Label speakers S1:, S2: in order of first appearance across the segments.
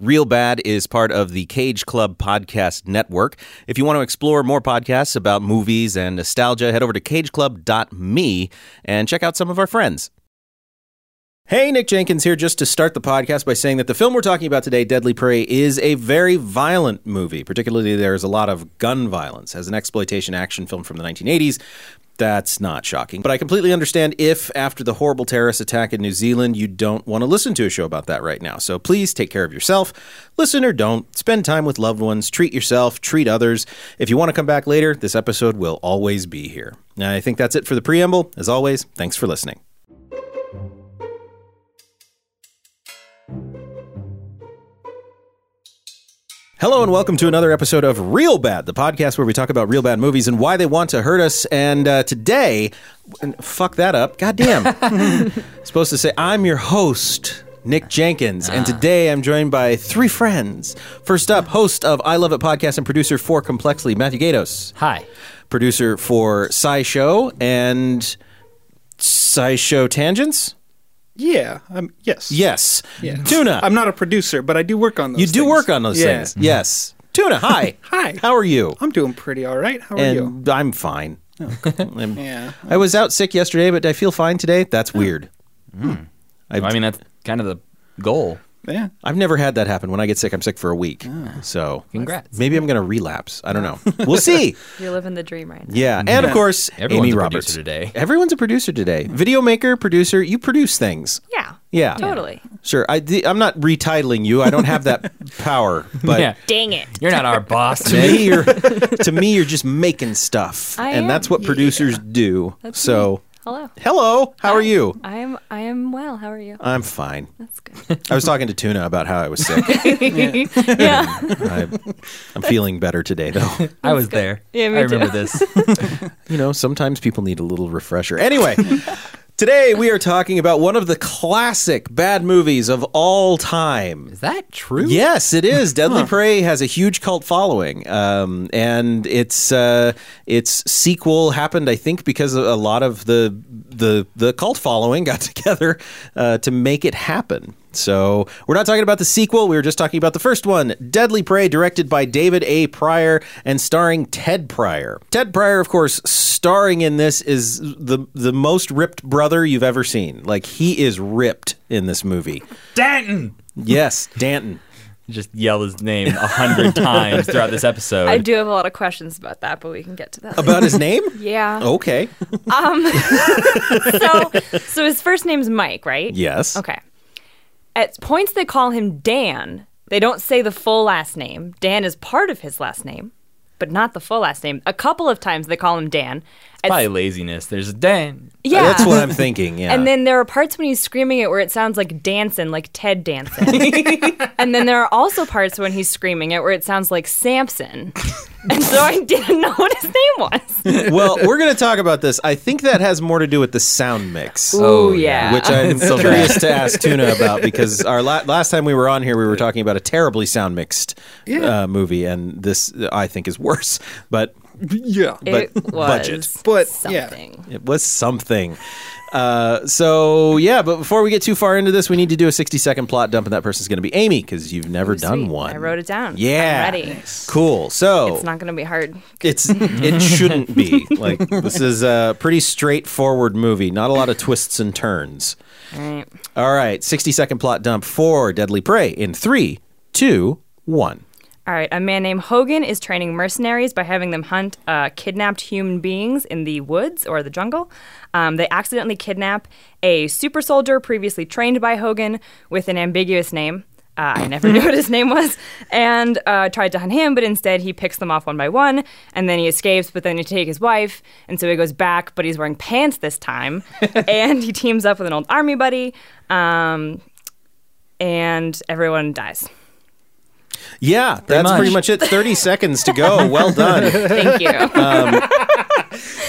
S1: Real Bad is part of the Cage Club Podcast Network. If you want to explore more podcasts about movies and nostalgia, head over to cageclub.me and check out some of our friends. Hey, Nick Jenkins here, just to start the podcast by saying that the film we're talking about today, Deadly Prey, is a very violent movie. Particularly, there is a lot of gun violence. As an exploitation action film from the 1980s, that's not shocking. But I completely understand if, after the horrible terrorist attack in New Zealand, you don't want to listen to a show about that right now. So please take care of yourself. Listen or don't. Spend time with loved ones. Treat yourself. Treat others. If you want to come back later, this episode will always be here. And I think that's it for the preamble. As always, thanks for listening. Hello and welcome to another episode of Real Bad, the podcast where we talk about real bad movies and why they want to hurt us. And uh, today, and fuck that up, goddamn. Supposed to say I'm your host, Nick Jenkins, and today I'm joined by three friends. First up, host of I Love It podcast and producer for Complexly, Matthew Gatos,
S2: Hi.
S1: producer for SciShow and SciShow Tangents.
S3: Yeah. Um, yes.
S1: Yes, Tuna.
S3: I'm not a producer, but I do work on those.
S1: you do work on those things. Yes, Tuna. Hi.
S3: Hi.
S1: How are you?
S3: I'm doing pretty all right. How are you? Oh,
S1: and I'm fine. I'm-
S3: Yeah.
S1: I was out sick yesterday, but I feel fine today. That's weird.
S2: I mean, that's kind of the goal.
S3: Yeah.
S1: I've never had that happen. When I get sick, I'm sick for a week.
S3: Ah.
S1: So,
S2: Congrats.
S1: Maybe I'm going to relapse. I don't know. We'll see.
S4: You're living the dream right now.
S1: Yeah, and of course,
S2: Everyone's
S1: Amy
S2: a
S1: Roberts
S2: producer today.
S1: Everyone's a producer today. Video maker, producer. You produce things.
S4: Yeah.
S1: Yeah.
S4: Totally.
S1: Sure. I, the, I'm not retitling you. I don't have that power. But
S2: yeah.
S4: Dang it.
S2: You're not our boss,
S1: to
S2: Nick.
S1: me, you're to me, you're just making stuff,
S4: I
S1: and
S4: am.
S1: that's what producers do. so,
S4: Hello.
S1: hello. How are you?
S4: I am I am well. How are you?
S1: I'm fine.
S4: That's good.
S1: I was talking to Tuna about how I was sick.
S4: yeah.
S1: I, I'm feeling better today, though.
S2: I was there.
S4: Yeah, me
S2: I remember this.
S1: You know, sometimes people need a little refresher. Anyway, today we are talking about one of the classic bad movies of all time.
S2: Is that true?
S1: Yes, it is. Deadly Prey has a huge cult following, um, and its uh, its sequel happened, I think, because a lot of the the the cult following got together uh, to make it happen. So we're not talking about the sequel. We were just talking about the first one, Deadly Prey, directed by David A. Pryor and starring Ted Pryor. Ted Pryor, of course, starring in this is the the most ripped brother you've ever seen. Like he is ripped in this movie.
S2: Danton!
S1: Yes, Danton.
S2: Just yell his name a hundred times throughout this episode.
S4: I do have a lot of questions about that, but we can get to that. later.
S1: About Oh. his name?
S4: yeah. Um,
S1: Okay.
S4: So so his first name's Mike, right?
S1: Yes.
S4: Okay. At points they call him Dan. They don't say the full last name. Dan is part of his last name, but not the full last name. A couple of times they call him Dan. At-
S2: Probably laziness. There's a Dan.
S4: yeah.
S1: That's what I'm thinking. Yeah.
S4: And then there are parts when he's screaming it where it sounds like dancing, like Ted dancing. and then there are also parts when he's screaming it where it sounds like Samson. And so I didn't know what his name was.
S1: well, we're going to talk about this. I think that has more to do with the sound mix. uh,
S4: Oh yeah.
S1: Which I'm
S2: So bad.
S1: curious to ask Tuna about because our la- last time we were on here, we were talking about a terribly sound mixed uh, movie, and this uh, I think is worse. But
S3: Yeah.
S4: it
S1: but
S4: was
S1: budget.
S3: But, yeah.
S4: something.
S1: It was something. Uh, so yeah, but before we get too far into this, we need to do a 60 second plot dump, and that person's going to be Amy because you've never done
S4: Sweet.
S1: one.
S4: I wrote it down.
S1: Yeah,
S4: I'm ready.
S1: cool. So
S4: It's not gonna be hard.
S1: it's it shouldn't be like this is a pretty straightforward movie. Not a lot of twists and turns.
S4: All right.
S1: All right, 60 second plot dump for Deadly Prey in three, two, one.
S4: All right, a man named Hogan is training mercenaries by having them hunt uh, kidnapped human beings in the woods or the jungle. Um, they accidentally kidnap a super soldier previously trained by Hogan with an ambiguous name. Uh, I never knew what his name was, and uh, tried to hunt him, but instead he picks them off one by one, and then he escapes. But then he take his wife, and so he goes back, but he's wearing pants this time, and he teams up with an old army buddy, um, and everyone dies.
S1: Yeah, that's
S2: much.
S1: pretty much it. 30 seconds to go. Well done.
S4: Thank you.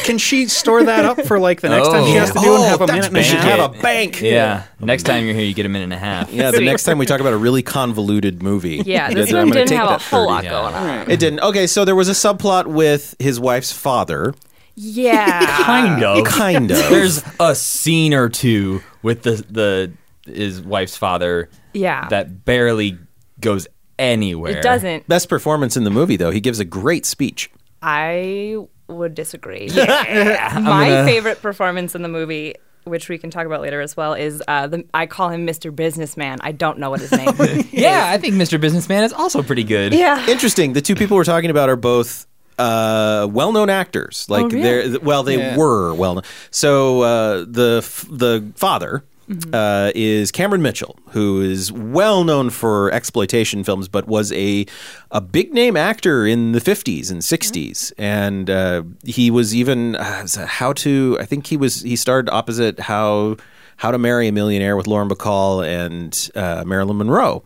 S3: Can she store that up for like the next time she
S2: Oh.
S3: has to do and have a minute and a
S1: we should
S3: half?
S1: have a bank.
S2: Yeah. Next time you're here, you get a minute and a half.
S1: Yeah, the
S4: Sweet.
S1: next time we talk about a really convoluted movie.
S4: Yeah, this
S1: then I'm
S4: one
S1: gonna
S4: didn't
S1: take
S4: have a
S1: that
S4: whole
S1: 30.
S4: lot
S2: Yeah.
S4: going on.
S1: It didn't. Okay, so there was a subplot with his wife's father.
S4: Yeah.
S2: Kind of.
S1: Kind of.
S2: There's a scene or two with the the his wife's father
S4: Yeah.
S2: that barely goes anywhere.
S4: It doesn't.
S1: Best performance in the movie, though. He gives a great speech.
S4: I would disagree. My favorite performance in the movie, which we can talk about later as well, is uh, the, I call him Mr. Businessman. I don't know what his name is.
S2: Yeah, I think Mr. Businessman is also pretty good.
S4: Yeah.
S1: Interesting. The two people we're talking about are both uh, well-known actors. Like
S4: Oh, really?
S1: they're th- well, they were well. known So uh, the f- the father.
S4: Mm-hmm.
S1: Uh, is Cameron Mitchell, who is well known for exploitation films, but was a a big name actor in the fifties and 60s
S4: Mm-hmm.
S1: and uh, he was even uh, was it how to. I think he was he starred opposite how how to Marry a Millionaire with Lauren Bacall and uh, Marilyn Monroe.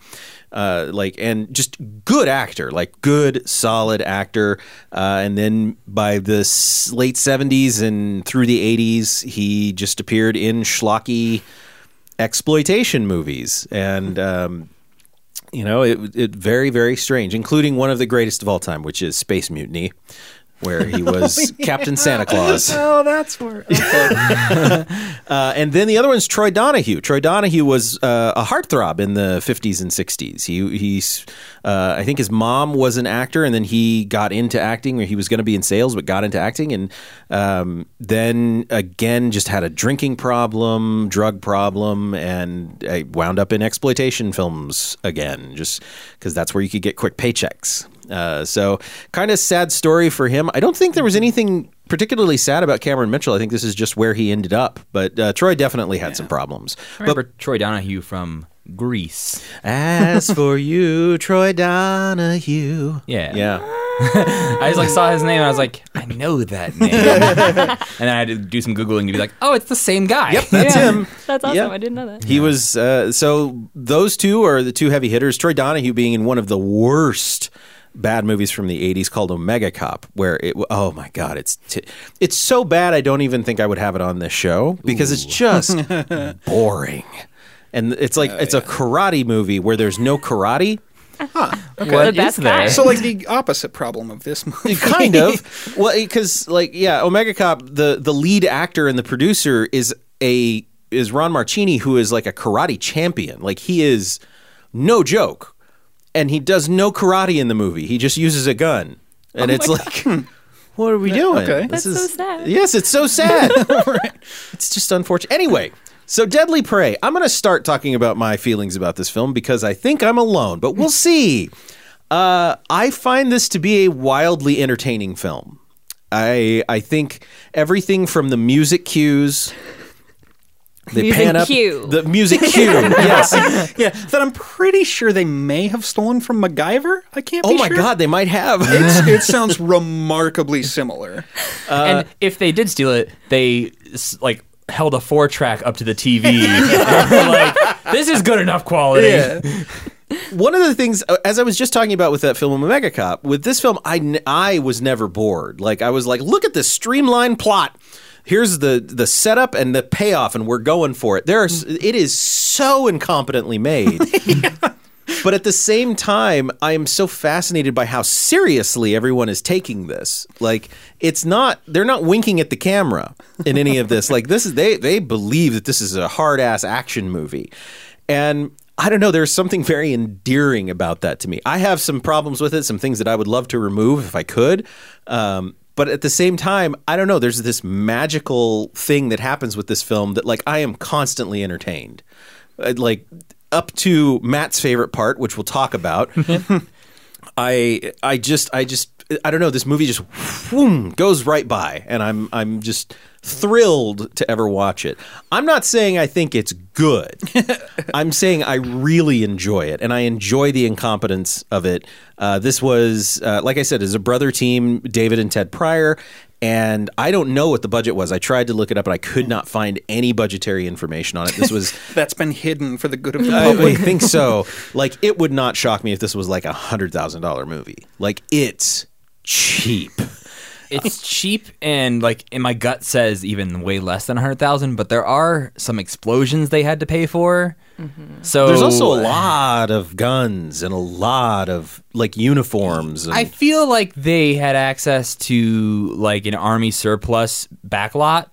S1: Uh, like and just good actor, like good solid actor. Uh, and then by the s- late '70s and through the '80s, he just appeared in schlocky exploitation movies, and um, you know, it, it very very strange, including one of the greatest of all time, which is Space Mutiny, where he was Captain Santa Claus.
S3: Oh, that's where.
S1: Uh, and then the other one's Troy Donahue. Troy Donahue was uh, a heartthrob in the 50s and 60s. He he's uh, I think his mom was an actor, and then he got into acting, or he was going to be in sales, but got into acting, and um, then again just had a drinking problem, drug problem, and I wound up in exploitation films again, just because that's where you could get quick paychecks. Uh, so kind of sad story for him. I don't think there was anything particularly sad about Cameron Mitchell. I think this is just where he ended up. But uh, Troy definitely had some problems.
S2: I
S1: But
S2: remember Troy Donahue from Greece.
S1: as for you, Troy Donahue.
S2: Yeah.
S1: Yeah.
S2: I just like saw his name and I was like, I know that name. and then I had to do some googling to be like, oh, it's the same guy. Yep.
S1: That's him.
S4: That's awesome.
S1: Yeah.
S4: I didn't know that.
S1: He was uh, so those two are the two heavy hitters. Troy Donahue being in one of the worst bad movies from the 80s called Omega Cop where it oh my god it's t- it's so bad I don't even think I would have it on this show because it's just boring. And it's like it's a karate movie where there's no karate.
S4: The best guy.
S3: So, like the opposite problem of this movie.
S1: kind of well because like yeah omega cop the the lead actor and the producer is a is ron marchini who is like a karate champion like he is no joke and he does no karate in the movie he just uses a gun and it's like Hmm. what are we doing
S3: okay.
S1: This
S4: That's so sad.
S1: yes it's so sad it's just unfortunate anyway so deadly prey i'm going to start talking about my feelings about this film because i think i'm alone but we'll see uh, I find this to be a wildly entertaining film. I I think everything from the music cues. They
S4: Music
S1: pan up
S4: cue.
S1: the music cue. yes.
S3: yeah, that I'm pretty sure they may have stolen from MacGyver. I can't.
S1: Oh
S3: be
S1: my
S3: sure.
S1: God, they might have.
S3: It's, it sounds remarkably similar.
S2: and if they did steal it, they s- like held a four track up to the TV. And were like, this is good enough quality.
S1: One of the things, uh, as I was just talking about with that film Omega Cop, with this film, I n- I was never bored. Like I was like, look at this streamlined plot. Here's the the setup and the payoff, and we're going for it. There's it is so incompetently made. But at the same time, I am so fascinated by how seriously everyone is taking this. Like it's not they're not winking at the camera in any of this. Like this is they they believe that this is a hard ass action movie. And I don't know, there's something very endearing about that to me. I have some problems with it, some things that I would love to remove if I could. Um but at the same time, I don't know. There's this magical thing that happens with this film that, like, I am constantly entertained. Uh, Like, up to Matt's favorite part, which we'll talk about. I I just I just I don't know. This movie just whoom, goes right by, and I'm I'm just thrilled to ever watch it. I'm not saying I think it's good. I'm saying I really enjoy it, and I enjoy the incompetence of it. Uh, this was uh, like I said, is a brother team, David and Ted Pryor. And I don't know what the budget was. I tried to look it up, and I could not find any budgetary information on it. This was
S3: That's been hidden for the good of the
S1: I,
S3: public.
S1: I think so. Like, it would not shock me if this was like a hundred thousand dollar movie. Like, it's cheap.
S2: It's cheap and like in my gut says even way less than 100,000, but there are some explosions they had to pay for. So
S1: There's also a lot of guns and a lot of like uniforms. And,
S2: I feel like they had access to like an army surplus backlot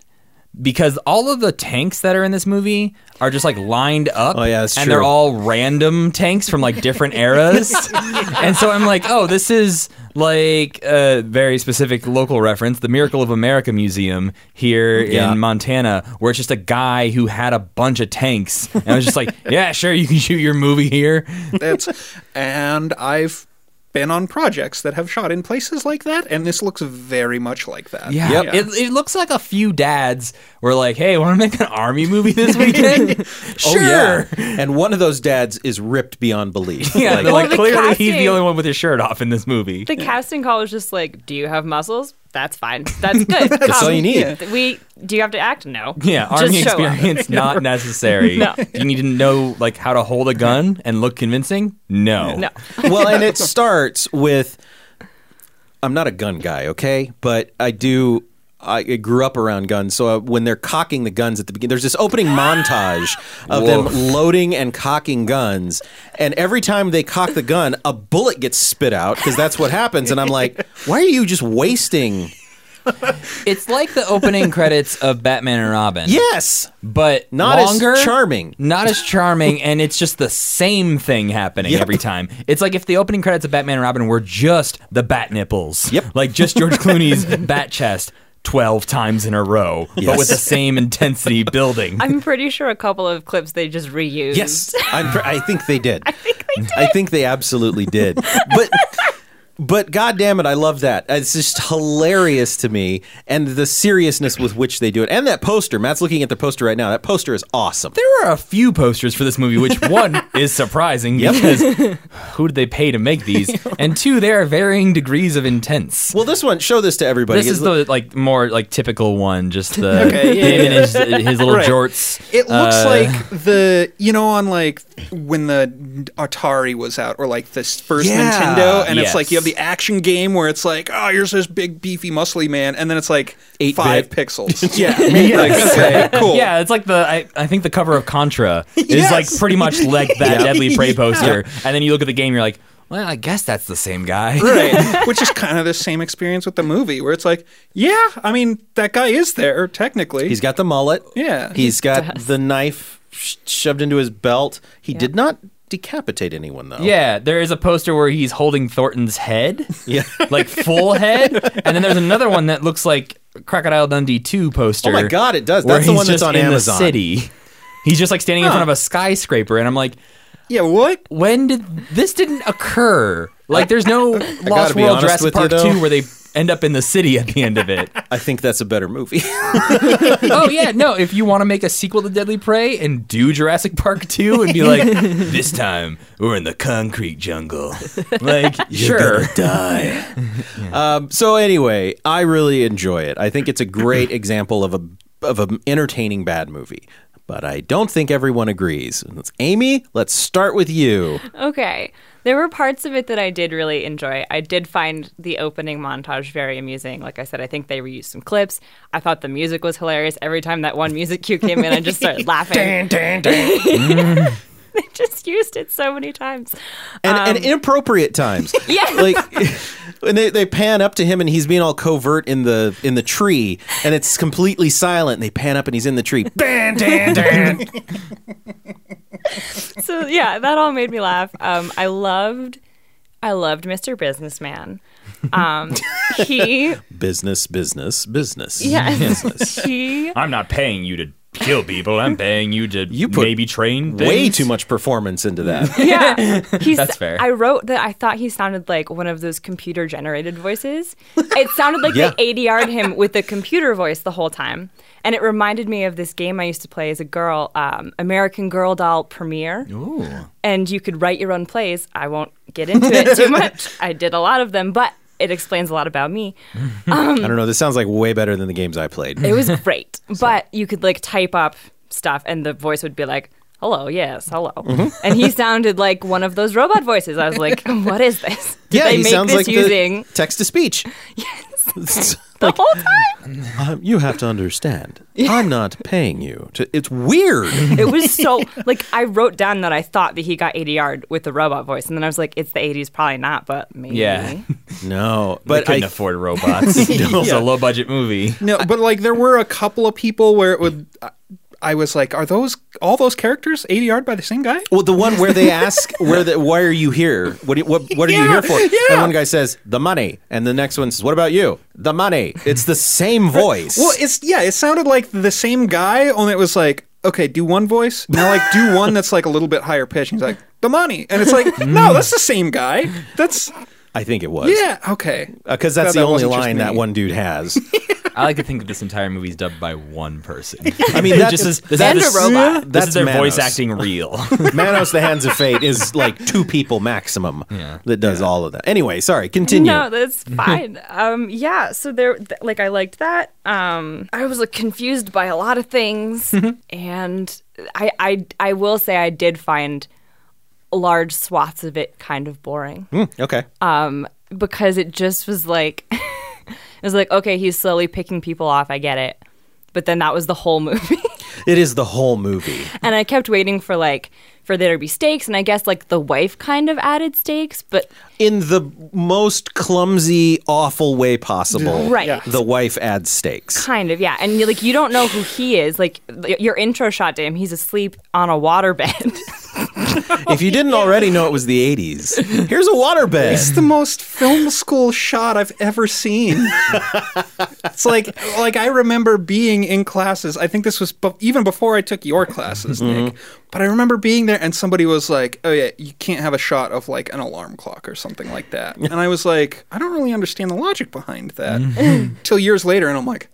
S2: because all of the tanks that are in this movie are just like lined up.
S3: Oh, yeah, that's
S2: and
S3: true.
S2: they're all random tanks from like different eras. and so I'm like, oh, this is like a very specific local reference, the Miracle of America Museum here
S1: Yeah.
S2: in Montana, where it's just a guy who had a bunch of tanks and I was just like, yeah, sure, you can shoot your movie here.
S3: That's and I've been on projects that have shot in places like that, and this looks very much like that.
S2: Yeah, It, it looks like a few dads were like, "Hey, want to make an army movie this weekend?" Oh, sure.
S1: Oh, yeah. And one of those dads is ripped beyond belief.
S2: Yeah,
S1: Like,
S2: they're like
S4: the
S2: clearly he's the
S4: casting-
S2: only one with his shirt off in this movie.
S4: The casting call was just like, "Do you have muscles? That's fine. That's good. That's
S1: all you need.
S4: We do you have to act? No.
S2: yeah, army
S4: Just show up.
S2: experience not necessary.
S4: No.
S2: Do you need to know like how to hold a gun and look convincing? No.
S4: No.
S1: well, and it starts with I'm not a gun guy, okay, but I do. I I grew up around guns, so uh, when they're cocking the guns at the beginning, there's this opening montage of them
S2: Woof.
S1: loading and cocking guns, and every time they cock the gun, a bullet gets spit out because that's what happens. And I'm like, why are you just wasting?
S2: It's like the opening credits of Batman and Robin.
S1: Yes,
S2: but
S1: Not as
S2: longer,
S1: charming.
S2: Not as charming, and it's just the same thing happening
S1: Yep.
S2: every time. It's like if the opening credits of Batman and Robin were just the bat nipples.
S1: Yep.
S2: Like just George Clooney's bat chest twelve times in a row, but with the same intensity building.
S4: I'm pretty sure a couple of clips they just reused.
S1: yes, I'm, pr- I think they did. Mm-hmm.
S4: I think they did.
S1: I think they absolutely did. But but god damn it, I love that. It's just hilarious to me and the seriousness with which they do it. And that poster, Matt's looking at the poster right now. That poster is awesome.
S2: there are a few posters for this movie, which one is surprising because who did they pay to make these? And two, there are varying degrees of intense.
S1: Well, this one, show this to everybody.
S2: This is
S1: It's-
S2: the like more like typical one, just the
S3: Okay, yeah,
S2: him
S3: yeah.
S2: and his, his little
S3: Right.
S2: jorts.
S3: It looks
S2: uh,
S3: like the you know on like when the Atari was out or like this first
S1: Yeah.
S3: Nintendo and
S2: Yes.
S3: it's like you have the action game where it's like oh here's this big beefy muscly man and then it's like
S1: Eight
S3: five
S1: bit.
S3: pixels yeah like, okay cool
S2: Yeah, it's like the I, I think the cover of Contra is
S3: Yes.
S2: like pretty much like that Deadly Prey
S3: Yeah.
S2: poster, and then you look at the game, you're like, well, I guess that's the same guy.
S3: right which is kind of the same experience with the movie where it's like yeah I mean that guy is there technically
S1: he's got the mullet.
S3: Yeah.
S1: He's got the knife sh- shoved into his belt. He did not decapitate anyone though.
S2: Yeah, there is a poster where he's holding Thornton's head,
S1: Yeah.
S2: like full head, and then there's another one that looks like Crocodile Dundee two poster.
S1: Oh my god, it does.
S2: where
S1: That's the
S2: he's
S1: one that's
S2: just
S1: on
S2: in
S1: Amazon.
S2: The city. He's just like standing in front of a skyscraper, and I'm like,
S3: yeah what
S2: when did this didn't occur? Like, there's no Lost
S1: be
S2: World
S1: honest
S2: Jurassic
S1: with you,
S2: Park
S1: though.
S2: two where they end up in the city at the end of it.
S1: I think that's a better movie.
S2: oh yeah, no. If you want to make a sequel to Deadly Prey and do Jurassic Park two and be like, this time we're in the concrete jungle, like sure,
S1: die. um, so anyway, I really enjoy it. I think it's a great example of a of an entertaining bad movie. But I don't think everyone agrees. And it's- Amy, let's start with you.
S4: Okay. There were parts of it that I did really enjoy. I did find the opening montage very amusing. Like I said, I think they reused some clips. I thought the music was hilarious. Every time that one music cue came in, I just started laughing. they just used it so many times.
S1: And, and inappropriate times.
S4: Yeah.
S1: Like and they, they pan up to him and he's being all covert in the in the tree and it's completely silent and they pan up and he's in the tree.
S4: so yeah, that all made me laugh. Um, I loved, I loved Mr. Businessman. Um, he,
S1: business, business, business.
S4: yes, he.
S2: I'm not paying you to kill people. I'm paying you to
S1: You put
S2: maybe train.
S1: Way
S2: things.
S1: too much performance into that.
S4: Yeah, he's,
S2: That's fair.
S4: I wrote that I thought he sounded like one of those computer-generated voices. It sounded like
S1: Yeah.
S4: they ADR'd him with a computer voice the whole time, and it reminded me of this game I used to play as a girl, um, American Girl Doll Premiere. Ooh. And you could write your own plays. I won't get into it too much. I did a lot of them, but it explains a lot about me.
S1: I don't know. This sounds like way better than the games I played.
S4: It was great, but you could like type up stuff, and the voice would be like, "Hello, yes, hello,"
S1: Mm-hmm.
S4: and he sounded like one of those robot voices. I was like, "What is this? Did
S1: yeah,
S4: they
S1: he
S4: make
S1: sounds
S4: this
S1: like
S4: using
S1: the text to speech. Yes.
S4: the whole time?"
S1: um, you have to understand. I'm not paying you. To, it's weird.
S4: It was so like I wrote down that I thought that he got ADR'd with the robot voice, and then I was like, "It's the '80s, probably not, but maybe."
S2: Yeah.
S1: No,
S2: But
S1: but
S2: couldn't
S1: I,
S2: afford robots. It's a low budget movie.
S3: No, but like there were a couple of people where it would. I- I was like, are those all those characters ADR'd by the same guy?
S1: Well, the one where they ask, "Where the, why are you here? What do you- what, what are you
S3: Yeah,
S1: here for?"
S3: yeah.
S1: And one guy says, "The money," and the next one says, "What about you?" "The money." It's the same voice.
S3: Well, it's yeah, it sounded like the same guy, only it was like, okay, do one voice. Now like do one that's like a little bit higher pitch. He's like, the money. And it's like, no, that's the same guy. That's
S1: I think it was.
S3: yeah, okay.
S1: because
S3: Glad
S1: that's
S3: that
S1: the only
S3: wasn't just
S1: line
S3: me.
S1: that one dude has.
S2: I like to think that this entire movie is dubbed by one person.
S1: I mean,
S2: It
S1: that-
S2: just is, is
S5: And
S2: this-
S5: a robot.
S2: This
S1: That's
S2: is their voice
S1: Manos.
S2: acting real.
S1: Manos, the Hands of Fate, is like two people maximum that does all of that. Anyway, sorry, continue.
S4: No, that's fine. um, yeah, so there, th- like, I liked that. Um, I was like, confused by a lot of things,
S1: Mm-hmm.
S4: and I, I, I will say I did find large swaths of it kind of boring
S1: Mm, okay.
S3: Uh,
S4: um, because it just was like, it was like, okay, he's slowly picking people off. I get it, but then that was the whole movie.
S1: it is the whole movie.
S4: and I kept waiting for like for there to be stakes, and I guess like the wife kind of added stakes, but
S1: In the most clumsy, awful way possible,
S4: Right. Yeah.
S1: the wife adds stakes.
S4: kind of yeah. And you like you don't know who he is. Like y- your intro shot to him, he's asleep on a waterbed.
S1: if you didn't already know it was the 80s, here's a waterbed.
S3: It's the most film school shot I've ever seen. it's like like I remember being in classes. I think this was be- even before I took your classes, Nick. But I remember being there and somebody was like, "Oh yeah, you can't have a shot of like an alarm clock or something like that." And I was like, "I don't really understand the logic behind that." Till years later and I'm like,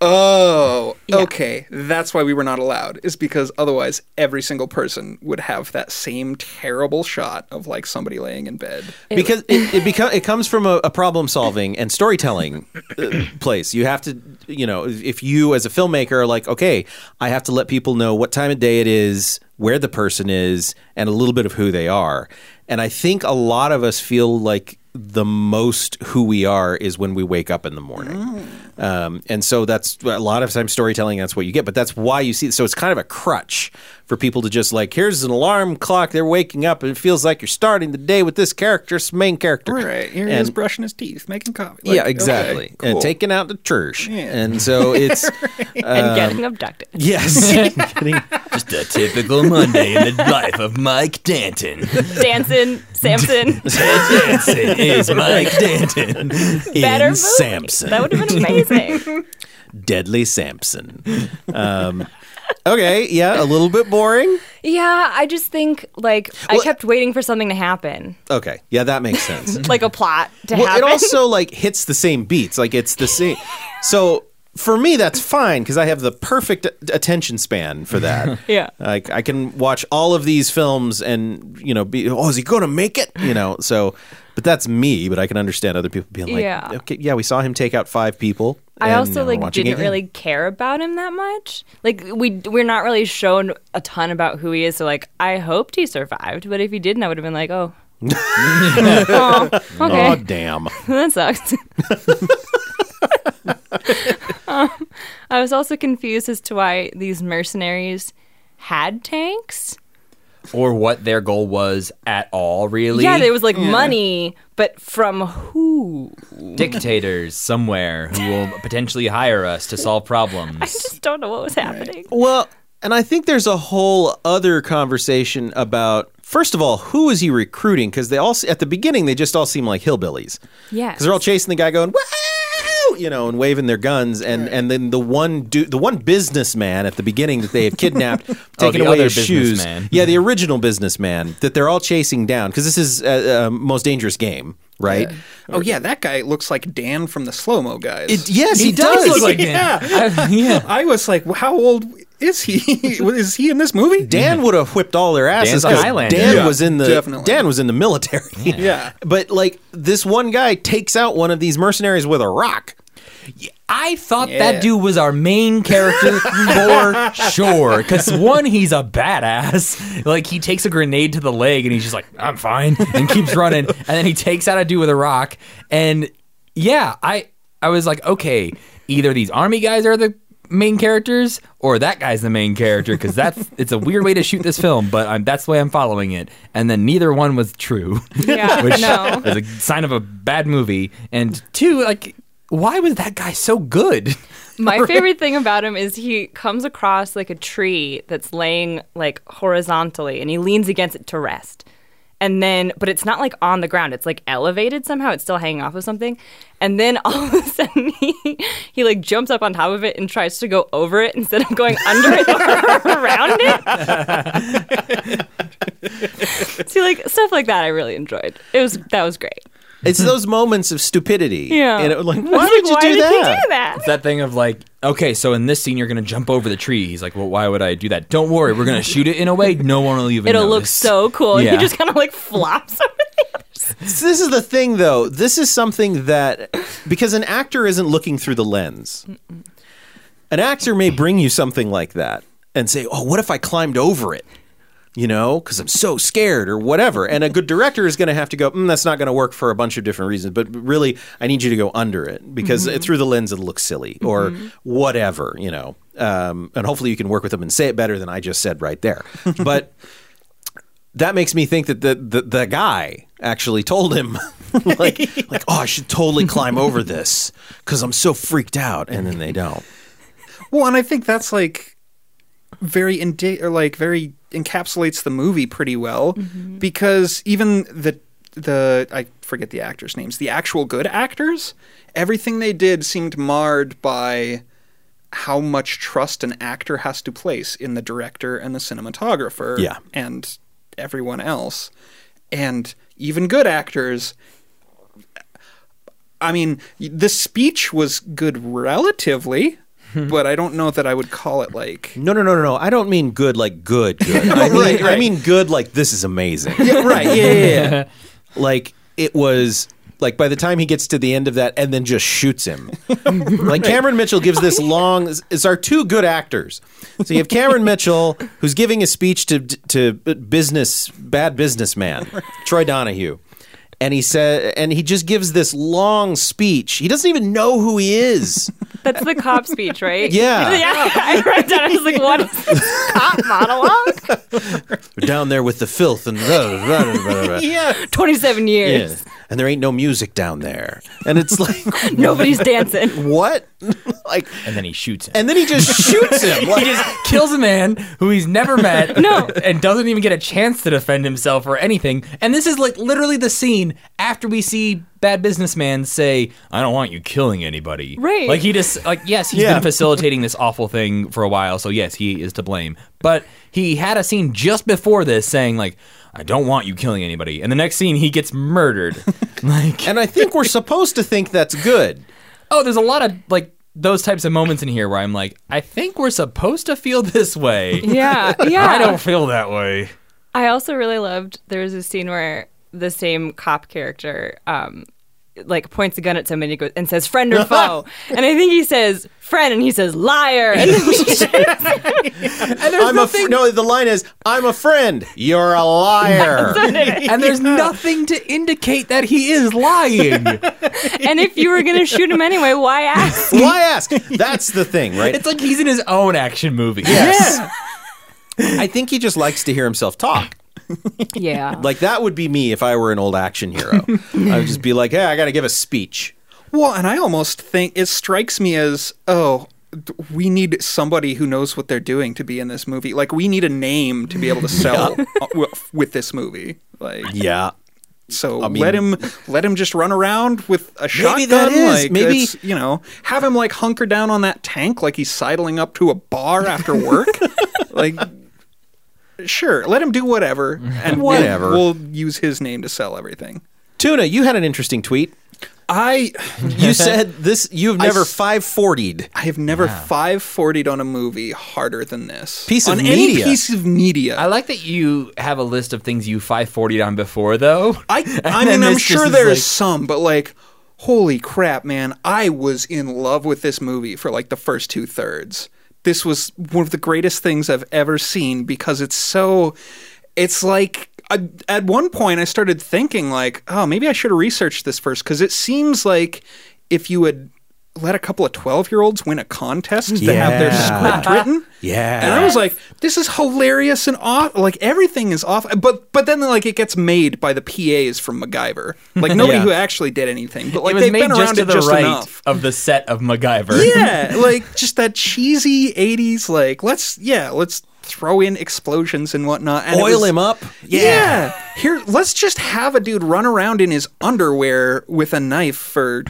S3: "Oh, okay. That's why we were not allowed. Is because otherwise every single person would have that same terrible shot of like somebody laying in bed."
S1: because it, it, beco- it comes from a, a problem solving and storytelling uh, place you have to you know if- if you as a filmmaker are like okay i have to let people know what time of day it is where the person is and a little bit of who they are and i think a lot of us feel like the most who we are is when we wake up in the morning um, and so that's a lot of times storytelling that's what you get but that's why you see so it's kind of a crutch for people to just like here's an alarm clock they're waking up and it feels like you're starting the day with this character this main character
S3: Right. Here he
S1: And-
S3: is brushing his teeth, making coffee. Like,
S1: yeah exactly
S3: okay,
S1: and
S3: cool.
S1: taking out the church and so it's
S4: and getting
S1: Um,
S4: abducted.
S1: yes
S2: Just a typical Monday in the life of Mike Danton.
S4: Dancing, Samson.
S2: Danton is Mike Danton.
S4: Better
S1: in
S4: movie.
S1: samson
S4: That would have been amazing.
S1: deadly samson um, okay yeah a little bit boring
S4: yeah, I just think like I
S1: Well-
S4: kept waiting for something to happen,
S1: okay yeah that makes sense
S4: like a plot to
S1: Well,
S4: happen.
S1: it also like hits the same beats. Like it's the same. so for me, that's fine because I have the perfect a- attention span for that.
S4: Yeah.
S1: like I can watch all of these films and you know, be oh, is he going to make it? You know, so. But that's me. But I can understand other people being like,
S4: Yeah.
S1: okay, yeah, we saw him take out five people.
S4: I
S1: and
S4: also
S1: now we're
S4: like
S1: watching
S4: didn't
S1: again."
S4: really care about him that much. Like we we're not really shown a ton about who he is. So like I hoped he survived, but if he didn't, I would have been like, oh, oh okay,
S1: Aw, damn.
S4: that sucks. Um, I was also confused as to why these mercenaries had tanks.
S2: Or what their goal was at all, really.
S4: Yeah, there was like money, but from who?
S2: dictators somewhere who will potentially hire us to solve problems.
S4: I just don't know what was happening.
S1: Well, and I think there's a whole other conversation about first of all, who is he recruiting? Because they all se- at the beginning they just all seem like hillbillies.
S4: Yes.
S1: because they're all chasing the guy, going wow, you know, and waving their guns, and and then the one dude, the one businessman at the beginning that they have kidnapped, taken
S2: Oh, the
S1: away
S2: other
S1: his shoes.
S2: businessman.
S1: Yeah, the original businessman that they're all chasing down because this is uh, uh, most dangerous game, right?
S3: Oh yeah, that guy looks like Dan from the slow mo guys.
S1: It, yes, he, does.
S2: look like
S3: yeah.
S2: I- yeah.
S3: I was like, how old is he? is he in this movie?
S1: Dan would have whipped all their asses
S2: Dan's an
S1: 'cause
S2: Highlander.
S1: Dan
S3: Yeah,
S1: was in the
S3: definitely.
S1: Dan was in the military. Yeah.
S3: Yeah.
S1: But like this one guy takes out one of these mercenaries with a rock.
S2: I thought
S3: Yeah.
S2: that dude was our main character for sure. Because one, he's a badass. Like he takes a grenade to the leg and he's just like, "I'm fine," and keeps running. And then he takes out a dude with a rock. And yeah, I I was like, okay, either these army guys are the main characters or that guy's the main character because that's it's a weird way to shoot this film, but I'm, that's the way I'm following it. And then neither one was true.
S4: Yeah,
S2: which
S4: no.
S2: is a sign of a bad movie. And two, like, why was that guy so good?
S4: My favorite thing about him is he comes across like a tree that's laying like horizontally and he leans against it to rest. And then, but it's not like on the ground, it's like elevated somehow. It's still hanging off of something. And then all of a sudden, he, he like jumps up on top of it and tries to go over it instead of going under it or around it. See, like stuff like that, I really enjoyed. It was, that was great.
S1: It's those moments of stupidity.
S4: Yeah.
S1: And it, like,
S4: I was
S1: Hmm. why did you
S4: like,
S1: do
S4: why
S1: that?
S4: Did you do that?
S2: It's that thing of like, okay, so in this scene you're gonna jump over the tree. He's like, well, why would I do that? Don't worry, we're gonna shoot it in a way no one will even.
S4: It'll look
S2: notice.
S4: so cool.
S2: Yeah.
S4: He just kind of like flops over the other side.
S1: So this is the thing, though. This is something that because an actor isn't looking through the lens. An actor may bring you something like that and say, "Oh, what if I climbed over it?" You know, because I'm so scared or whatever. And a good director is going to have to go, mm, "That's not going to work for a bunch of different reasons." But really, I need you to go under it because it, through the lens it looks silly or whatever. You know, um, and hopefully you can work with them and say it better than I just said right there. But that makes me think that the the, the guy actually told him like like oh I should totally climb over this cuz I'm so freaked out and then they don't.
S3: Well, and I think that's like very indi- or like very encapsulates the movie pretty well because even the the I forget the actors' names, the actual good actors, everything they did seemed marred by how much trust an actor has to place in the director and the cinematographer
S1: Yeah.
S3: and everyone else. And even good actors I mean, the speech was good relatively, but I don't know that I would call it like.
S1: No no no no no I don't mean good like good good. I mean,
S3: Right,
S1: I
S3: right.
S1: mean good like this is amazing.
S3: right, yeah, yeah, yeah.
S1: Like it was like by the time he gets to the end of that and then just shoots him. like Cameron Mitchell gives this long it's our two good actors. So you have Cameron Mitchell who's giving a speech to to business bad businessman Troy Donahue. And he said and he just gives this long speech. He doesn't even know who he is.
S4: That's the cop speech, right?
S1: Yeah.
S4: Yeah. I read that. I was like, what is this cop monologue?
S1: Down there with the filth and blah, blah, blah, blah, blah.
S4: 27 years.
S1: Yeah. And there ain't no music down there. And it's like
S4: Nobody's dancing.
S1: what? like
S2: And then he shoots him.
S1: and then he just shoots him. Like,
S2: he just kills a man who he's never met
S4: No.
S2: and doesn't even get a chance to defend himself or anything and this is like literally the scene after we see bad businessman say i don't want you killing anybody
S4: Right.
S2: like he just like yes he's
S1: Yeah.
S2: been facilitating this awful thing for a while so yes he is to blame but he had a scene just before this saying like i don't want you killing anybody and the next scene he gets murdered like
S1: And I think we're supposed to think that's good.
S2: oh, there's a lot of like those types of moments in here where I'm like, I think we're supposed to feel this way.
S4: Yeah. Yeah.
S2: I don't feel that way.
S4: I also really loved there was a scene where the same cop character um like points a gun at somebody and, goes, and says friend or foe and I think he says friend and he says liar and then he shoots
S1: I'm a fr- no. The line is, "I'm a friend. You're a liar."
S4: it.
S2: And there's nothing to indicate that he is lying.
S4: and if you were gonna shoot him anyway why ask
S1: Why ask? That's the thing, right?
S2: it's like he's in his own action movie.
S1: yes. I think he just likes to hear himself talk.
S4: yeah
S1: Like that would be me if I were an old action hero. I would just be like, "Hey, I got to give a speech."
S3: Well, and I almost think it strikes me as oh, d- we need somebody who knows what they're doing to be in this movie. Like we need a name to be able to sell uh, wi- with this movie. Like
S1: Yeah.
S3: so,
S1: mean-
S3: let him let him just run around with a shotgun.
S1: Maybe that is.
S3: Like,
S1: Maybe-
S3: it's, you know, have him like hunker down on that tank like he's sidling up to a bar after work. like, sure, let him do whatever, and we'll-
S1: Whatever.
S3: We'll use his name to sell everything.
S1: Tuna, you had an interesting tweet.
S3: I
S1: You said this. You've never
S3: s-
S1: 540'd.
S3: I have never five fortied on a movie harder than this
S1: Piece of
S3: on
S1: media.
S3: Any piece of media.
S2: I like that you have a list of things you 540'd on before, though.
S3: I, I
S2: And then
S3: mean, I'm
S2: this
S3: sure
S2: just is
S3: there's
S2: like-
S3: some, but like, holy crap, man! I was in love with this movie for like the first two thirds. This was one of the greatest things I've ever seen because it's so. It's like I, at one point I started thinking like, oh, maybe I should have researched this first because it seems like if you had let a couple of 12 year olds win a contest to have their
S2: Yeah.
S3: script written.
S2: Yeah.
S3: And I was like, this is hilarious and off. Like everything is off. But but then like it gets made by the PAs from MacGyver. Like nobody
S2: Yeah.
S3: who actually did anything. But
S2: it
S3: like
S2: was
S3: they've
S2: made
S3: been
S2: just
S3: around
S2: to
S3: it
S2: the
S3: just
S2: right
S3: enough.
S2: of the set of MacGyver.
S3: Yeah, like just that cheesy '80s. Like let's yeah, let's throw in explosions and whatnot. And it
S1: Oil
S3: was-
S1: him up.
S3: Yeah. Here, let's just have a dude run around in his underwear with a knife for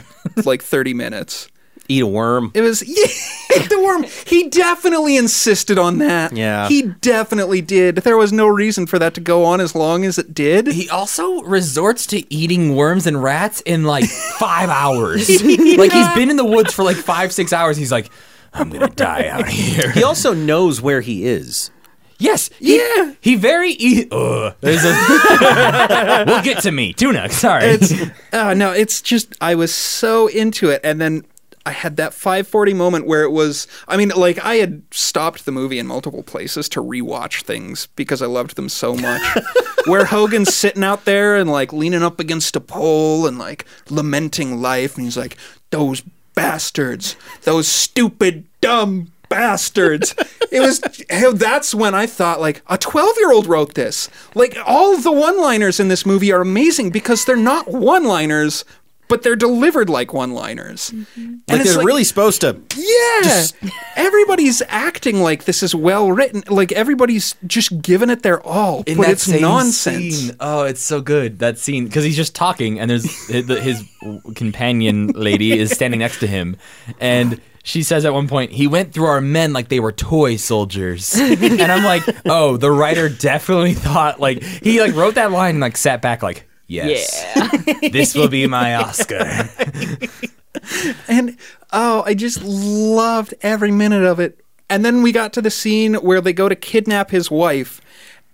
S3: like 30 minutes.
S1: Eat a worm.
S3: It was yeah, the worm. He definitely insisted on that.
S1: Yeah.
S3: He definitely did. There was no reason for that to go on as long as it did.
S2: He also resorts to eating worms and rats in like five hours. Like he's been in the woods for like five, six hours. He's like, I'm gonna die out here.
S1: He also knows where he is.
S2: Yes. he-
S3: Yeah.
S2: He very. E- Ugh. There's a. we'll get to me. Tuna. Sorry.
S3: it's uh, no, it's just I was so into it, and then I had that 5:40 moment where it was. I mean, like I had stopped the movie in multiple places to rewatch things because I loved them so much. where Hogan's sitting out there and like leaning up against a pole and like lamenting life, and he's like, "Those bastards, those stupid dumb." bastards it was hell, that's when i thought like a 12 year old wrote this like all of the one liners in this movie are amazing because they're not one liners but they're delivered like one liners
S1: Like they're really supposed to.
S3: yeah everybody's acting like this is well written like everybody's just giving it their all
S2: In
S3: but
S2: that
S3: it's
S2: same
S3: nonsense
S2: scene. Oh, it's so good that scene because he's just talking and there's his, his companion lady is standing next to him, and she says at one point he went through our men like they were toy soldiers, and I'm like, oh, the writer definitely thought like he like wrote that line and like sat back like. Yes. this will be my Oscar.
S3: And oh, I just loved every minute of it. And then we got to the scene where they go to kidnap his wife,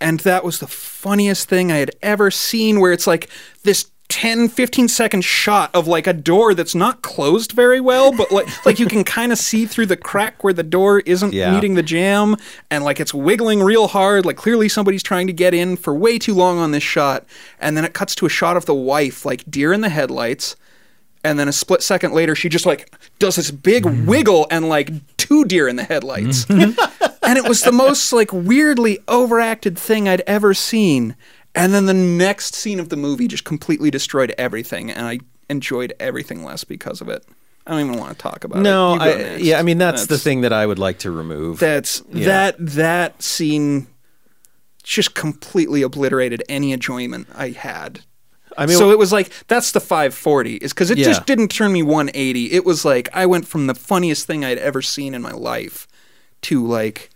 S3: and that was the funniest thing I had ever seen where it's like this 10 15 second shot of like a door that's not closed very well but like like you can kind of see through the crack where the door isn't
S1: Yeah.
S3: meeting the jam and like it's wiggling real hard like clearly somebody's trying to get in for way too long on this shot and then it cuts to a shot of the wife like deer in the headlights and then a split second later she just like does this big
S1: Mm-hmm.
S3: wiggle and like two deer in the headlights and it was the most like weirdly overacted thing i'd ever seen and then the next scene of the movie just completely destroyed everything and i enjoyed everything less because of it i don't even want to talk about
S1: No,
S3: it You go
S1: I,
S3: next.
S1: yeah, I mean that's, the thing that I would like to remove.
S3: that's that that scene just completely obliterated any enjoyment i had
S1: I mean,
S3: so it was like that's the 540 is because it
S1: Yeah.
S3: just didn't turn me 180. It was like I went from the funniest thing I'd ever seen in my life to like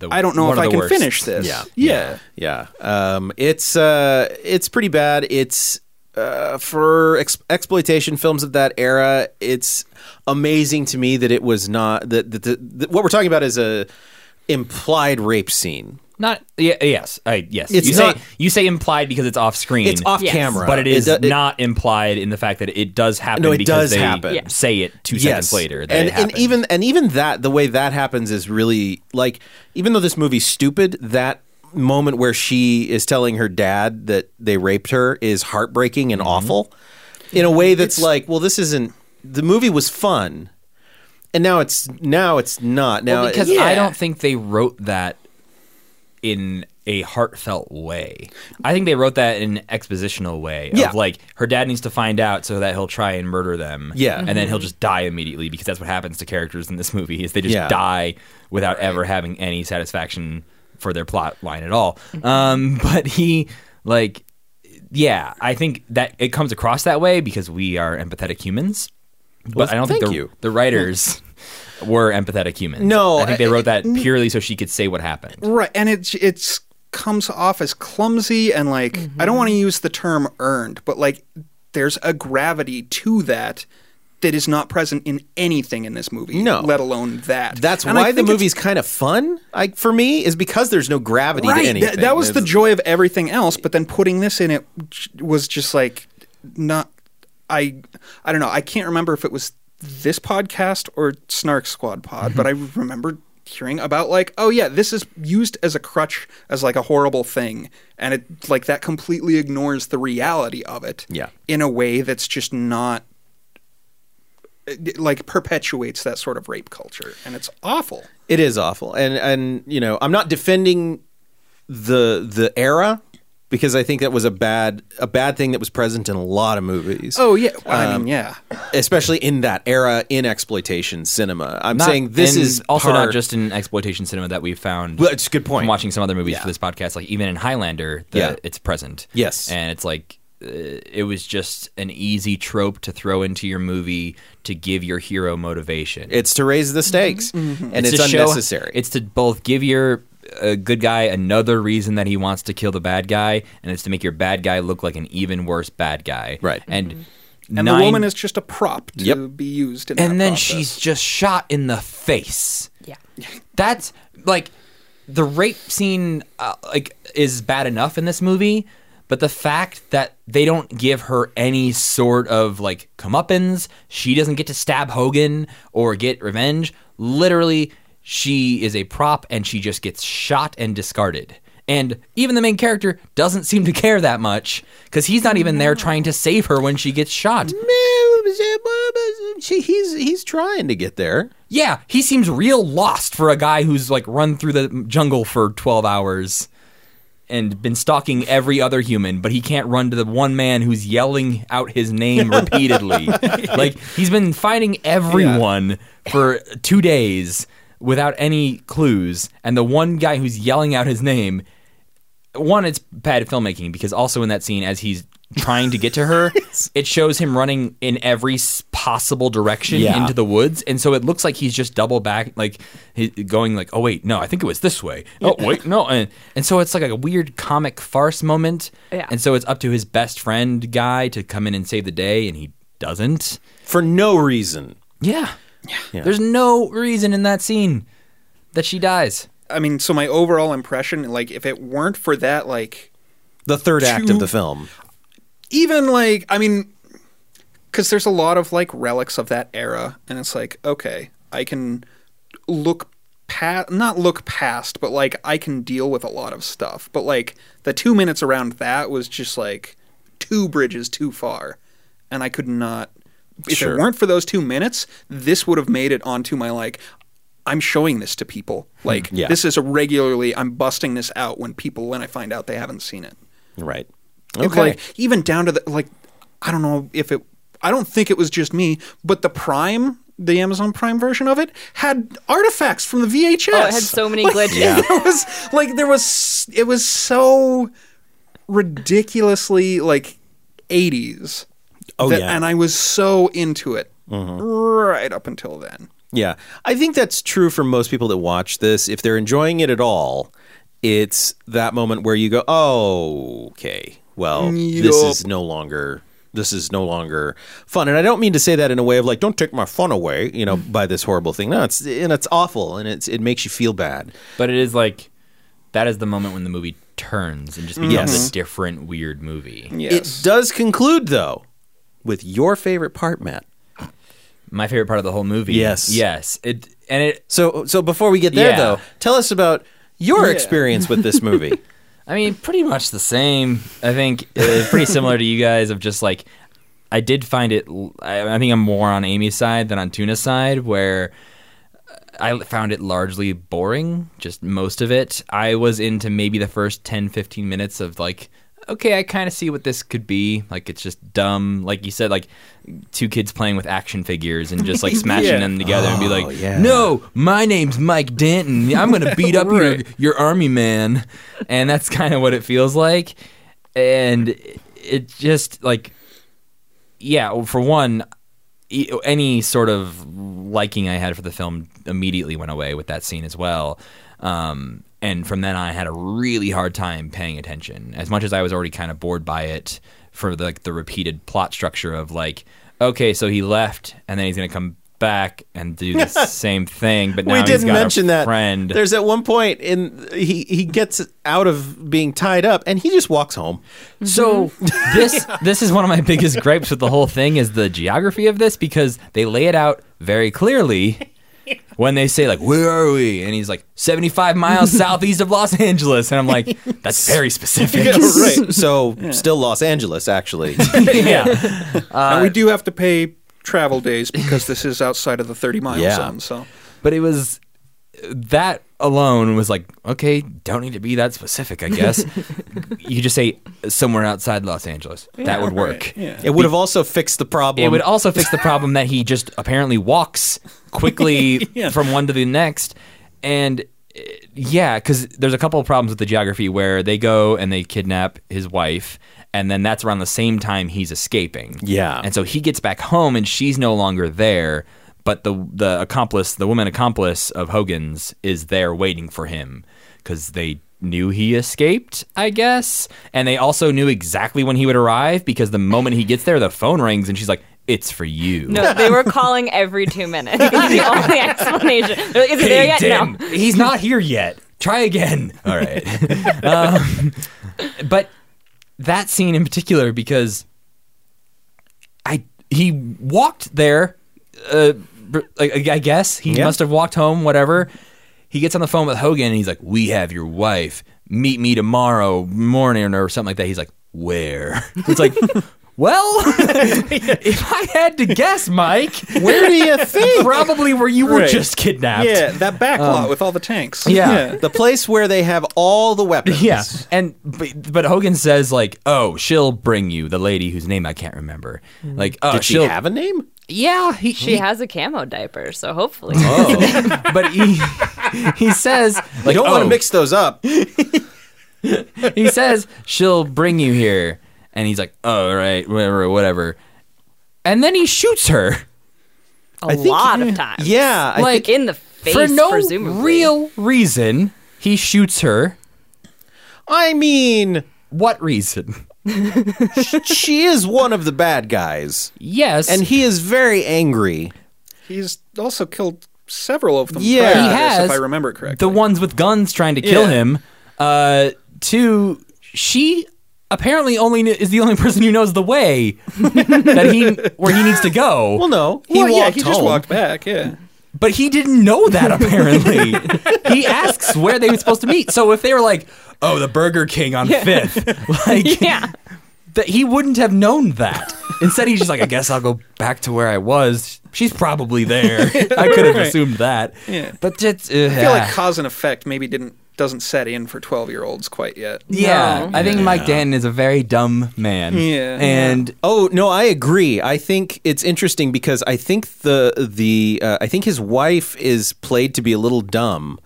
S2: The-
S3: I don't know
S2: one
S3: if
S2: of
S3: I
S2: the
S3: can
S2: worst.
S3: finish this.
S1: Yeah.
S3: yeah.
S1: Yeah, um, it's uh, it's pretty bad. It's uh, for ex- exploitation films of that era. It's amazing to me that it was not that that that- that- what we're talking about is a implied rape scene.
S2: Not yeah, yes. I yes.
S1: It's
S2: you
S1: not-
S2: say you say implied because it's off screen.
S1: It's off
S4: Yes.
S1: camera,
S2: Mm. But it is
S1: do- it-
S2: not implied in the fact that it does happen.
S1: No, it does
S2: because they
S1: happen.
S4: Yeah.
S2: Say it two seconds later. That
S1: and,
S2: it happened.
S1: and even and even that the way that happens is really like even though this movie's stupid, that moment where she is telling her dad that they raped her is heartbreaking
S2: Mm-hmm.
S1: and awful in a way that's like, well, this isn't the movie was fun, and now it's now it's not now
S2: Well, because
S1: it-
S2: I
S3: Yeah.
S2: don't think they wrote that in a heartfelt way. I think they wrote that in an expositional way
S1: Yeah.
S2: of like her dad needs to find out so that he'll try and murder them.
S1: Yeah.
S2: And then he'll just die immediately because that's what happens to characters in this movie is they just
S1: Yeah.
S2: die without ever having any satisfaction for their plot line at all. Um, but he like yeah, I think that it comes across that way because we are empathetic humans. But I don't think
S1: thank
S2: the,
S1: you.
S2: the writers were empathetic humans.
S1: No,
S2: I think they
S1: I-
S2: wrote that purely so she could say what happened.
S3: Right, and it it's comes off as clumsy and like I
S1: Mm-hmm.
S3: don't want to use the term earned, but like there's a gravity to that that is not present in anything in this movie.
S1: No.
S3: let alone that.
S1: that's
S3: And I
S1: why the
S3: think it's
S1: movie's kind of fun. Like for me, is because there's no gravity to
S3: Right.
S1: anything.
S3: That, that was the
S1: It's-
S3: joy of everything else, but then putting this in it j- was just like not. I I don't know. I can't remember if it was this podcast or Snark Squad Pod, but I remember hearing about like, oh yeah, this is used as a crutch as like a horrible thing, and it like that completely ignores the reality of it.
S1: Yeah.
S3: In a way that's just not it, like perpetuates that sort of rape culture, and it's awful.
S1: It is awful, and and you know I'm not defending the the era because I think that was a bad a bad thing that was present in a lot of movies.
S3: Oh yeah, well, I mean yeah,
S1: especially in that era in exploitation cinema. I'm saying this
S2: and
S1: is
S2: also
S1: par-
S2: not just in exploitation cinema that we've found.
S1: Well, it's a good point.
S2: From watching some other movies
S1: Yeah.
S2: for this podcast, like even in Highlander, the,
S1: Yeah.
S2: it's present.
S1: Yes.
S2: and it's like uh, it was just an easy trope to throw into your movie to give your hero motivation.
S1: it's to raise the stakes,
S2: Mm-hmm.
S1: and it's,
S2: to show-
S1: unnecessary.
S2: it's to both give your uh, good guy another reason that he wants to kill the bad guy, and it's to make your bad guy look like an even worse bad guy.
S1: Right.
S2: and
S3: and the
S2: nine-
S3: woman is just a prop to
S1: Yep.
S3: be used in. that
S2: and then
S3: process.
S2: she's just shot in the face.
S4: Yeah.
S2: That's like the rape scene uh, like is bad enough in this movie, but the fact that they don't give her any sort of like comeuppance, she doesn't get to stab Hogan or get revenge. Literally, she is a prop and she just gets shot and discarded. And even the main character doesn't seem to care that much because he's not even there trying to save her when she gets shot.
S1: She- he's he's trying to get there.
S2: Yeah, he seems real lost for a guy who's like run through the jungle for 12 hours and been stalking every other human, but he can't run to the one man who's yelling out his name repeatedly. like he's been fighting everyone for 2 days without any clues, and the one guy who's yelling out his name one, it's bad filmmaking because also in that scene, as he's trying to get to her, it shows him running in every s- possible direction
S1: Yeah.
S2: into the woods, and so it looks like he's just double back, like he, going like, "Oh wait, no, I think it was this way." Oh wait, no, and and so it's like a weird comic farce moment,
S4: Yeah.
S2: and so it's up to his best friend guy to come in and save the day, and he doesn't.
S1: for no reason.
S2: Yeah, yeah. There's no reason in that scene that she dies.
S3: I mean, so my overall impression, like, if it weren't for that, like,
S1: The third act
S3: Two-
S1: of the film.
S3: even like, I mean, because there's a lot of like relics of that era, and it's like, okay, I can look past, not look past, but like, I can deal with a lot of stuff. But like, the two minutes around that was just like two bridges too far, and I could not. If
S1: Sure.
S3: it weren't for those two minutes, this would have made it onto my like. I'm showing this to people. Like
S1: Hmm. Yeah.
S3: this is a regularly. I'm busting this out when people when I find out they haven't seen it.
S1: Right.
S3: It's like even down to the like I don't know if it I don't think it was just me, but the Prime, the Amazon Prime version of it had artifacts from the VHS.
S4: Oh, it had so many
S3: Like,
S4: glitches.
S3: There was like there was it was so ridiculously like 80s.
S1: Oh,
S3: that-
S1: yeah. Mm-hmm.
S3: And I was so into it right up until then.
S1: Yeah. I think that's true for most people that watch this. If they're enjoying it at all, it's that moment where you go, oh, okay, well, this
S3: Yup.
S1: is no longer. This is no longer fun, and I don't mean to say that in a way of like, "Don't take my fun away," you know, by this horrible thing. No, it's and it's awful, and it's it makes you feel bad.
S2: But it is like that is the moment when the movie turns and just becomes
S1: Yes.
S2: a different weird movie.
S3: Yes.
S1: It does conclude though with your favorite part, Matt.
S2: My favorite part of the whole movie.
S1: Yes.
S2: Yes. It and it
S1: So so before we get there
S2: Yeah.
S1: though, tell us about your
S3: Yeah.
S1: experience with this movie.
S2: I mean, pretty much the same. I think uh, pretty similar to you guys of just like I did find it. l- I, I think I'm more on Amy's side than on Tuna's side, where I found it largely boring. Just most of it. I was into maybe the first 10, 15 minutes of like, okay, I kind of see what this could be. Like it's just dumb. Like you said, like two kids playing with action figures and just like smashing
S3: Yeah.
S2: them together and be
S1: Oh,
S2: like,
S1: yeah.
S2: no, oh, my name's Mike Denton. I'm going to beat up your, your army man. And that's kind of what it feels like. And it just, like, yeah, for one, e- any sort of liking I had for the film immediately went away with that scene as well. Um, and from then on, I had a really hard time paying attention. As much as I was already kind of bored by it for the, like the repeated plot structure of like, okay, so he left, and then he's gonna come back and do the same thing. But now
S1: we
S2: he's
S1: didn't
S2: got a
S1: mention that.
S2: friend.
S1: There's at one point in he he gets out of being tied up and he just walks home.
S2: So this this is one of my biggest gripes with the whole thing is the geography of this because they lay it out very clearly when they say like where are we and he's like 75 miles southeast of Los Angeles and I'm like that's very specific.
S1: So still Los Angeles actually.
S2: yeah.
S4: uh,
S3: and we do have to pay travel days because this is outside of the 30 mile
S2: Yeah.
S3: zone. So
S2: but it was that alone was like okay don't need to be that specific i guess you just say somewhere outside los angeles that would work
S3: yeah.
S1: It would have also fixed the problem.
S2: it would also fix the problem that he just apparently walks quickly
S3: Yeah.
S2: from one to the next and uh, yeah because there's a couple of problems with the geography where they go and they kidnap his wife and then that's around the same time he's escaping
S1: Yeah.
S2: and so he gets back home and she's no longer there but the the accomplice the woman accomplice of hogan's is there waiting for him because they knew he escaped i guess and they also knew exactly when he would arrive because the moment he gets there the phone rings and she's like it's for you
S4: No, they were calling every two minutes. It's the only explanation. They're like, Is it
S2: Hey,
S4: there yet?
S2: Tim,
S4: No.
S2: he's not here yet. Try again. All right. Um, but that scene in particular, because I he walked there. Uh, br- I, I guess he
S1: Yeah.
S2: must have walked home. Whatever. He gets on the phone with Hogan and he's like, "We have your wife. Meet me tomorrow morning or something like that." He's like, "Where?" It's like. Well, if I had to guess, Mike,
S1: Where do you think?
S2: probably where you were
S3: Right.
S2: just kidnapped.
S3: Yeah, that back
S1: Um,
S4: Um,
S3: lot with all the tanks.
S2: Yeah.
S1: the place where they have all the weapons.
S2: Yeah, and but, but Hogan says like, "Oh, she'll bring you the lady whose name I can't remember." Like, oh,
S1: Did she
S2: will
S1: have a name?
S2: Yeah, he,
S4: She has a camo diaper, so hopefully.
S2: Oh, but he he says like,
S1: You don't
S2: oh,
S1: want to mix those up.
S2: he says she'll bring you here, and he's like, "Oh, all right, whatever, whatever," and then he shoots her
S4: A
S1: think-
S4: lot of times.
S1: Yeah, I
S2: Like-
S1: think
S4: Like in the face,
S2: for no
S4: presumably.
S2: real reason. He shoots her.
S1: I mean,
S2: What reason?
S1: she is one of the bad guys,
S2: Yes,
S1: and he is very angry.
S3: He's also killed several of them.
S1: Yeah.
S3: prior to
S2: he
S3: this,
S2: has
S3: if I remember correctly.
S2: the ones with guns trying to kill
S3: Yeah.
S2: him. Uh, two, she apparently only kn- is the only person who knows the way that he where he needs to go.
S1: Well, no,
S2: he
S3: Well, yeah,
S2: walked
S3: he just
S2: home.
S3: walked back. Yeah.
S2: but he didn't know that apparently. he asks where they were supposed to meet. So if they were like, "Oh, the Burger King on Fifth, like
S4: Yeah.
S2: that he wouldn't have known that. Instead, he's just like, I guess I'll go back to where I was. She's probably there. I could have
S3: Right.
S2: assumed that.
S3: Yeah.
S2: But just, uh,
S3: I feel like cause and effect maybe didn't doesn't set in for 12 year olds quite yet.
S2: Yeah,
S4: No.
S2: I think Mike Danton is a very dumb man.
S3: Yeah.
S2: and
S1: Oh no, I agree. I think it's interesting because I think the the uh, I think his wife is played to be a little dumb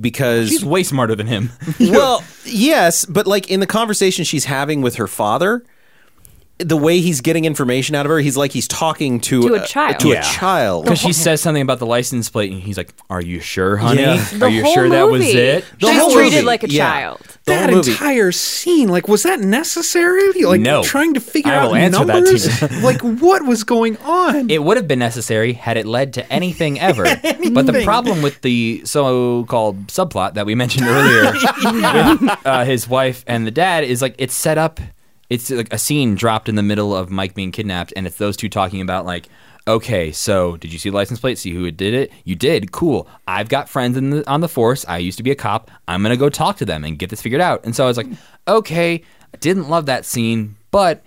S1: because
S2: she's way smarter than him.
S1: well, yes, but like in the conversation she's having with her father, the way he's getting information out of her, he's like he's talking to,
S4: To a child.
S1: To
S2: Yeah.
S1: a child.
S2: Because she says something about the license plate, and he's like, "Are you sure, honey?
S1: Yeah.
S4: The
S2: Are you
S4: whole
S2: sure that was
S4: movie.
S2: it?"
S1: The
S4: She's
S1: whole
S4: treated
S1: movie,
S4: like a
S1: yeah.
S4: child.
S1: The
S3: that
S1: whole movie.
S3: entire scene, like, was that necessary? Like,
S2: No.
S3: trying to figure
S2: I
S3: out
S2: will answer that to
S3: numbers. like, what was going on?
S2: It would have been necessary had it led to anything ever. But the problem with the so-called subplot that we mentioned earlier with uh, his wife and the dad is like it's set up. It's like a scene dropped in the middle of Mike being kidnapped, and it's those two talking about like, okay, so did you see the license plate? See who did it? You did. Cool. I've got friends in the, on the force. I used to be a cop. I'm gonna go talk to them and get this figured out. And so I was like, okay, I didn't love that scene, but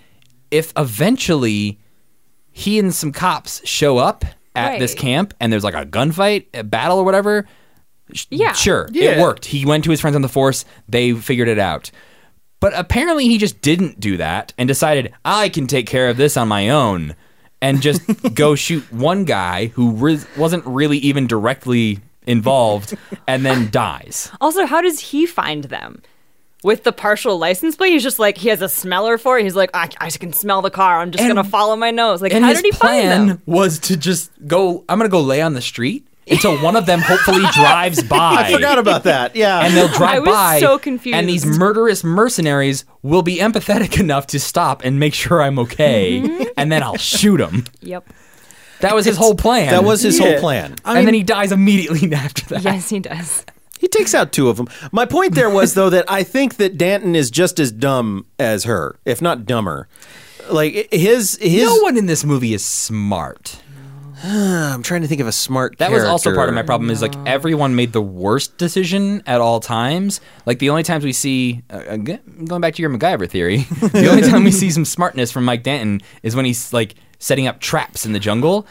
S2: if eventually he and some cops show up at this
S4: Right.
S2: camp and there's like a gunfight, a battle or whatever, sh-
S4: Yeah.
S2: sure, it
S3: Yeah.
S2: worked. He went to his friends on the force, they figured it out. But apparently he just didn't do that and decided, I can take care of this on my own and just go shoot one guy who re- wasn't really even directly involved and then dies.
S4: Also, how does he find them? With the partial license plate, he's just like he has a smeller for it. He's like, I, I can smell the car. I'm just
S2: And-
S4: gonna follow my nose. Like,
S2: And
S4: how
S2: his
S4: did he
S2: plan
S4: find them?
S2: was to just go, I'm going to go lay on the street until one of them hopefully drives by.
S1: I forgot about that. Yeah.
S2: and they'll drive
S4: I was
S2: by.
S4: so confused.
S2: And these murderous mercenaries will be empathetic enough to stop and make sure I'm okay,
S4: Mm-hmm.
S2: and then I'll shoot him.
S4: Yep.
S2: That was his whole plan.
S1: that was his whole
S3: Yeah.
S1: plan.
S2: and then he dies immediately after that.
S4: Yes, he does.
S1: He takes out two of them. My point there was though that I think that Danton is just as dumb as her, if not dumber. Like his his.
S2: No one in this movie is smart.
S1: I'm trying to think of a smart.
S2: That was also part of my
S1: character.
S2: problem. Is like everyone made the worst decision at all times. Like the only times we see, uh, ag- going back to your MacGyver theory, the only time we see some smartness from Mike Danton is when he's like setting up traps in the jungle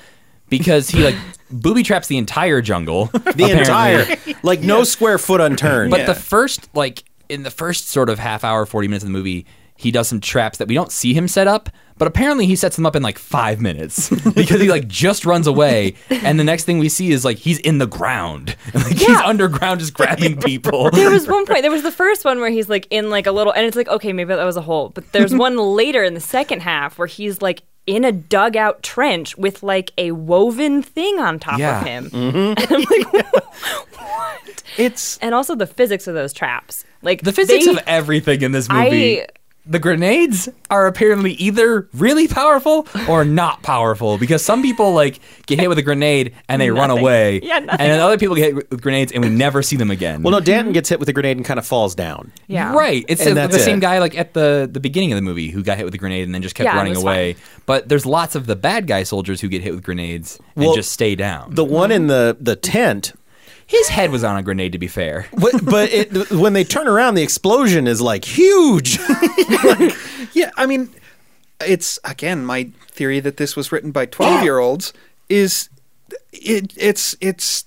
S2: because he like booby traps the entire jungle.
S1: The
S2: apparently.
S1: entire, like, no square foot unturned.
S2: But
S3: Yeah.
S2: the first, like, in the first sort of half hour, 40 minutes of the movie, he does some traps that we don't see him set up, but apparently he sets them up in like five minutes because he like just runs away. And the next thing we see is like he's in the ground. Like he's
S4: Yeah.
S2: underground just grabbing people.
S4: There was one point. There was the first one where he's like in like a little, and it's like okay, maybe that was a hole. But there's one later in the second half where he's like in a dugout trench with like a woven thing on top
S2: Yeah. Mm-hmm.
S4: of him,
S3: It's
S4: and also the physics of those traps. Like
S2: The physics
S4: they-
S2: of everything in this movie.
S4: I-
S2: the grenades are apparently either really powerful or not powerful because some people like get hit with a grenade and they run
S4: Nothing.
S2: away,
S4: Yeah,
S2: and
S4: nothing.
S2: then other people get hit with grenades and we never see them again.
S1: well, no, Danton gets hit with a grenade and kind of falls down.
S4: yeah,
S2: Right. It's
S1: And
S2: the,
S1: that's
S2: the
S1: it.
S2: same guy like at the, the beginning of the movie who got hit with a grenade and then just kept
S4: Yeah, and
S2: running
S4: was
S2: away. But there's lots of the bad guy soldiers who get hit with grenades and
S1: Well,
S2: just stay down.
S1: The one in the, the tent,
S2: His head was on a grenade to be fair.
S1: but, but it, when they turn around, the explosion is like huge.
S3: yeah, I mean, it's again my theory that this was written by twelve-year-olds is it it's it's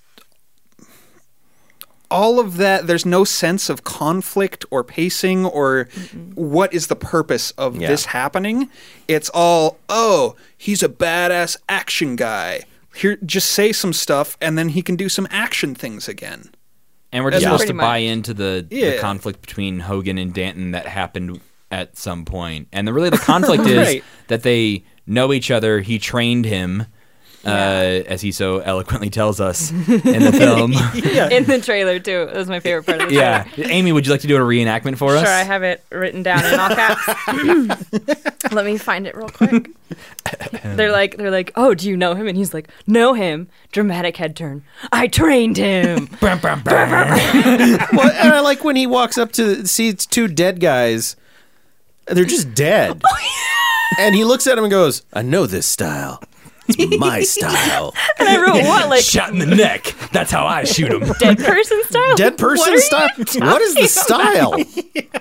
S3: all of that. There's no sense of conflict or pacing or what is the purpose of
S1: Yeah.
S3: this happening. It's all oh, he's a badass action guy. Here, just say some stuff, and then he can do some action things again.
S2: And we're just
S3: Yeah.
S2: supposed
S4: Pretty
S2: to buy
S4: much.
S2: into the, the
S3: Yeah.
S2: conflict between Hogan and Danton that happened at some point. And the, really the conflict is
S3: Right.
S2: that they know each other. He trained him, uh, as he so eloquently tells us in the film.
S4: In the trailer too. That was my favorite part of the trailer.
S2: yeah. Amy, would you like to do a reenactment for us?
S4: Sure, I have it written down in all caps. Let me find it real quick. they're like, they're like, oh, do you know him? And he's like, know him. Dramatic head turn. I trained him.
S2: Bam, bam, bam.
S1: well, and I like when he walks up to see it's two dead guys. and They're just dead.
S4: Oh,
S1: and he looks at him and goes, "I know this style. It's my style.
S4: and I wrote what, like
S2: Shot in the neck. That's how I shoot him.
S4: dead person style?
S1: Dead person
S4: What
S1: style. What is the style?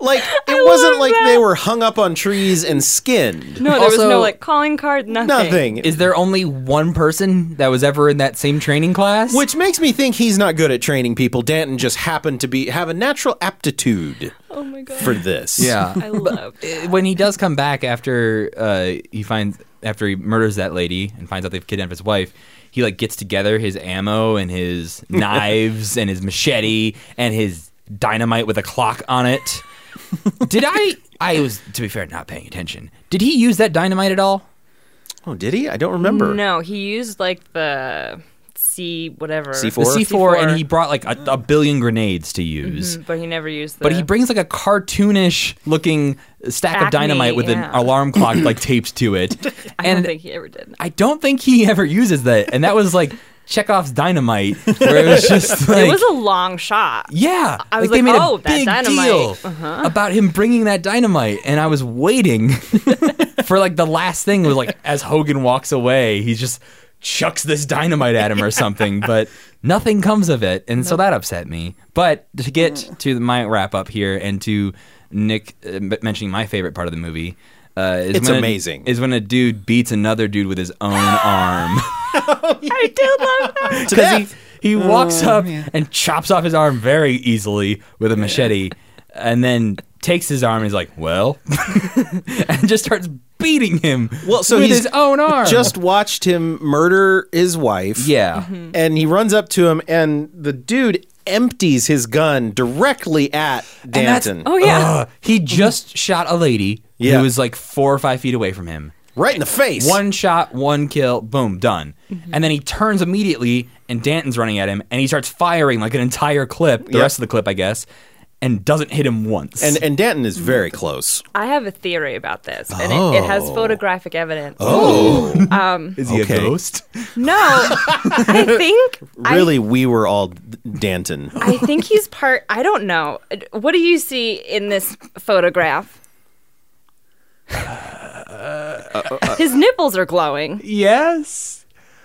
S1: like it
S4: love
S1: wasn't like
S4: that.
S1: they were hung up on trees and skinned.
S4: No, there was
S2: Also-
S4: no like calling card. Nothing.
S1: Nothing.
S2: Is there only one person that was ever in that same training class?
S1: which makes me think he's not good at training people. Danton just happened to be have a natural aptitude
S4: Oh my god.
S1: for this.
S2: yeah.
S4: I love. It.
S2: when he does come back after uh, he finds after he murders that lady and finds out they've kidnapped his wife, he like gets together his ammo and his knives and his machete and his dynamite with a clock on it. Did I? I was to be fair not paying attention. Did he use that dynamite at all?
S1: Oh, did he? I don't remember.
S4: No, he used like the C whatever
S1: C4?
S2: The C four, and
S4: C4.
S2: he brought like a, a billion grenades to use.
S4: but he never used. The,
S2: But he brings like a cartoonish looking stack of
S4: Acme,
S2: dynamite with an
S4: yeah.
S2: alarm clock like taped to it.
S4: I
S2: and
S4: don't think he ever did.
S2: I don't think he ever uses that. And that was like Chekhov's dynamite, where it was just like.
S4: it was a long shot.
S2: yeah,
S4: I was
S2: they
S4: like,
S2: made
S4: "Oh,
S2: a
S4: that
S2: big
S4: dynamite." Uh-huh.
S2: deal about him bringing that dynamite, and I was waiting for like the last thing was like as Hogan walks away, he just chucks this dynamite at him or something, but nothing comes of it, and so that upset me. But to
S4: Mm-hmm.
S2: get to my wrap up here and to Nick uh, m- mentioning my favorite part of the movie. Uh, is
S1: It's
S2: when a-
S1: amazing.
S2: is when a dude beats another dude with his own arm.
S4: I do love that. Oh,
S1: To
S2: because
S1: death.
S2: he, he walks up and chops off his arm very easily with a machete and then takes his arm and is like well and just starts beating him
S1: Well, so
S2: with
S1: he's
S2: his own arm
S1: Just watched him murder his wife.
S2: yeah
S4: Mm-hmm.
S1: Mm-hmm. and he runs up to him, and the dude empties his gun directly at
S2: that's-
S1: Danton,
S4: Oh yeah.
S2: Ugh, he just shot a lady
S1: Yeah.
S2: who was like four or five feet away from him
S1: right in the face.
S2: one shot one kill boom done
S4: Mm-hmm.
S2: and then he turns immediately and danton's running at him and he starts firing like an entire clip the
S1: Yep.
S2: rest of the clip i guess and doesn't hit him once
S1: and and Danton is very close.
S4: I have a theory about this, and it, it has photographic evidence.
S1: Oh,
S2: is he
S1: Okay.
S2: a ghost
S4: No, I think
S1: really? we were all Danton.
S4: I, I think he's part. I don't know. What do you see in this photograph? His nipples are glowing.
S2: Yes.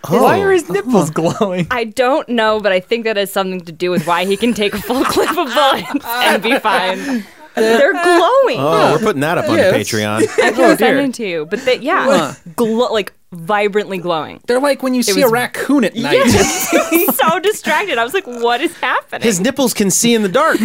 S4: Oh.
S2: Why are his nipples glowing?
S4: I don't know, but I think that has something to do with why he can take a full clip of bullets and be fine. They're glowing.
S1: Oh, we're putting that up on the
S3: Yeah, that's-
S1: Patreon.
S4: I can
S3: Oh,
S4: send
S3: dear.
S4: them to you, but they, yeah, glow like vibrantly glowing.
S3: They're like when you see a
S4: was-
S3: raccoon at night.
S4: so distracted. I was like, what is happening?
S1: His nipples can see in the dark.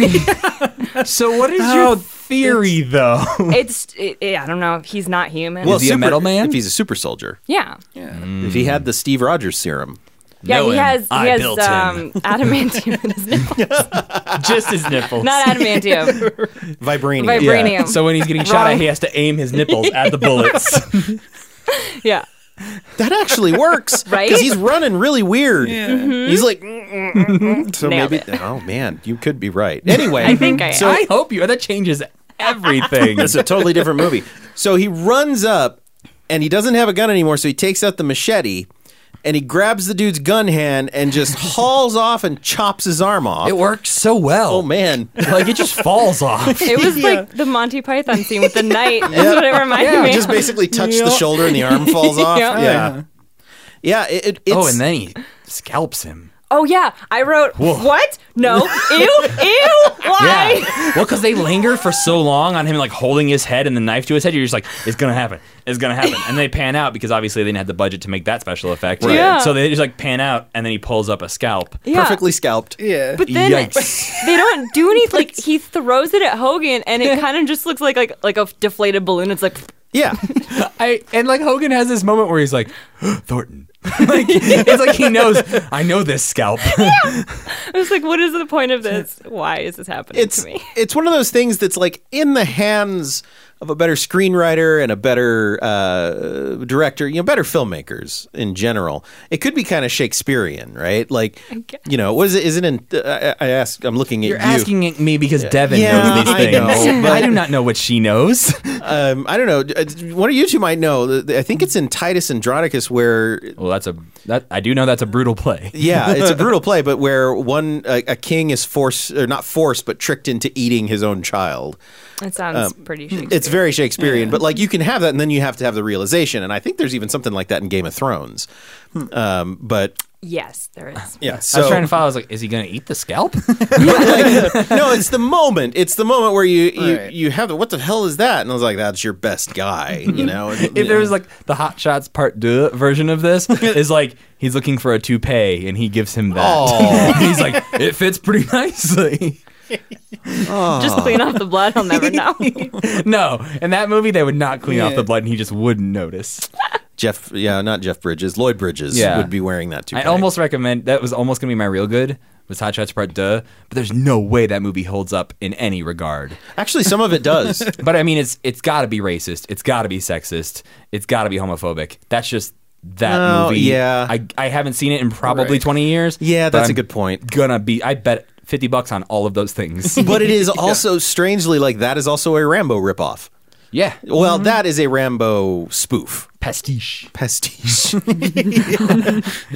S2: So what is
S3: Oh,
S2: your theory, though?
S4: it's it, yeah, I don't know. He's not human.
S2: Is he a metal man?
S1: If he's a super soldier,
S4: yeah.
S1: if he had the Steve Rogers serum,
S4: Yeah,
S2: Know
S4: he
S2: him.
S4: has he
S2: I
S4: has
S2: built
S4: um, adamantium in his nipple.
S2: Just his nipples.
S4: Not adamantium,
S1: vibranium.
S4: vibranium.
S2: So when he's getting shot
S4: Wrong.
S2: at, he has to aim his nipples at the bullets.
S4: yeah.
S1: That actually works,
S4: Right?
S1: Because he's running really weird. He's like, mm, mm, mm, mm. so
S4: Nailed
S1: maybe. Oh man, you could be right. Anyway,
S4: I think I
S1: so
S2: I hope you. That changes everything.
S1: it's a totally different movie. So he runs up, and he doesn't have a gun anymore. So he takes out the machete, and he grabs the dude's gun hand and just hauls off and chops his arm off.
S2: it works so well.
S1: oh man,
S2: Like it just falls off.
S4: It was like the Monty Python scene with the knight. That's what it reminded me.
S1: just
S4: of.
S1: basically touch
S3: Yeah.
S1: the shoulder and the arm falls off.
S4: Yeah.
S1: Yeah, yeah. It, it, it's,
S2: Oh, and then he scalps him.
S4: oh yeah, I wrote what? No, ew, ew. Why?
S2: Yeah. Well, because they linger for so long on him, like holding his head and the knife to his head. You're just like, it's gonna happen. It's gonna happen. And they pan out because obviously they didn't have the budget to make that special effect.
S4: Yeah.
S2: So they just like pan out, and then he pulls up a scalp.
S4: Yeah.
S1: perfectly scalped.
S3: yeah.
S4: But then
S2: Yikes.
S4: they don't do anything. Like he throws it at Hogan, and it kind of just looks like like like a deflated balloon. It's like
S1: Yeah,
S2: I and like Hogan has this moment where he's like, Thornton. like it's like he knows. I know this scalp.
S4: I was like, what is the point of this? Why is this happening
S1: it's
S4: to me?
S1: it's one of those things that's like in the hands of a better screenwriter and a better uh, director, you know, better filmmakers in general. It could be kind of Shakespearean, right? Like,
S4: guess.
S1: you know, what is it? Is it in? uh, I, I ask. I'm looking at
S2: You're
S1: you.
S2: asking it me because Devin
S1: Yeah,
S2: knows these
S1: I
S2: things.
S1: know, but-
S2: I do not know what she knows.
S1: Um, I don't know. Uh, One of you two might know. The- the- I think it's in Titus Andronicus where
S2: Well, that's a that I do know that's a brutal play.
S1: yeah, it's a brutal play, but where one uh, a, a king is forced or not forced, but tricked into eating his own child.
S4: It sounds pretty shady.
S1: um, It's very Shakespearean, but like you can have that, and then you have to have the realization. And I think there's even something like that in Game of Thrones. Um, but
S4: Yes, there is.
S1: yeah,
S2: Hmm. I was
S1: so
S2: trying to follow. I was like, is he gonna eat the scalp?
S1: like, no, it's the moment. It's the moment where you you,
S3: Right.
S1: you have the what the hell is that? And I was like, that's your best guy, you know. And,
S2: Hmm. if there was like the Hot Shots Part Deux version of this, is like he's looking for a toupee and he gives him
S1: Aw.
S2: that. he's like, it fits pretty nicely.
S4: Just clean off the blood. I'll never know.
S2: No, in that movie they would not clean off
S3: Yeah.
S2: the blood and he just wouldn't notice.
S1: Jeff, yeah, not Jeff Bridges, Lloyd Bridges
S2: Yeah.
S1: would be wearing that too.
S2: I almost recommend that was almost gonna be my real good was Hot Shots Part Deux, but there's no way that movie holds up in any regard.
S1: actually some of it does.
S2: But I mean, it's it's got to be racist. It's got to be sexist. It's got to be homophobic. That's just that
S1: Oh,
S2: movie.
S1: yeah.
S2: I I haven't seen it in probably
S3: Right.
S2: twenty years.
S1: Yeah,
S2: but
S1: that's a
S2: I'm
S1: good point.
S2: Gonna be. I bet fifty bucks on all of those things.
S1: But it is also strangely like that is also a Rambo ripoff.
S2: yeah,
S1: Well, that is a Rambo spoof.
S2: pastiche.
S1: Pastiche.
S2: You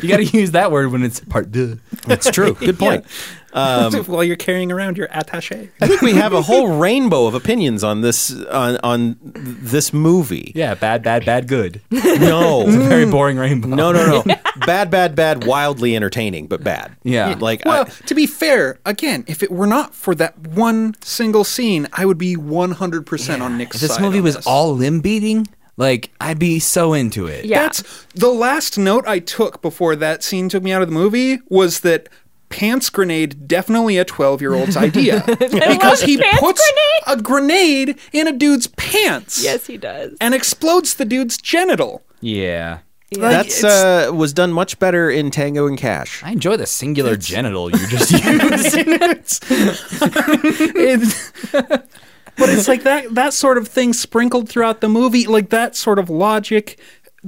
S2: got to use that word when it's part deux.
S1: That's true. Good point.
S3: While you're carrying around your attaché.
S1: I think we have a whole rainbow of opinions on this on on this movie.
S2: Yeah, bad, bad, bad, good.
S1: No.
S2: Very boring rainbow.
S1: No, no, no. Bad, bad, bad, wildly entertaining, but bad.
S2: Yeah.
S1: Like
S3: Well,
S1: I,
S3: to be fair, again, if it were not for that one single scene, I would be 100% on Nick's
S2: If
S3: side.
S2: this movie
S3: on
S2: was
S3: this.
S2: all limb beating, like I'd be so into it.
S4: Yeah.
S3: That's the last note I took before that scene took me out of the movie was that pants grenade definitely a 12 year old's idea because he
S4: pants
S3: puts a grenade in a dude's pants
S4: yes, he does.
S3: and explodes the dude's genital.
S2: yeah.
S3: Like,
S1: that's
S3: it's-
S1: uh, was done much better in Tango and Cash.
S2: I enjoy the singular genital you just used.
S3: It- but it's like that that sort of thing sprinkled throughout the movie, like that sort of logic.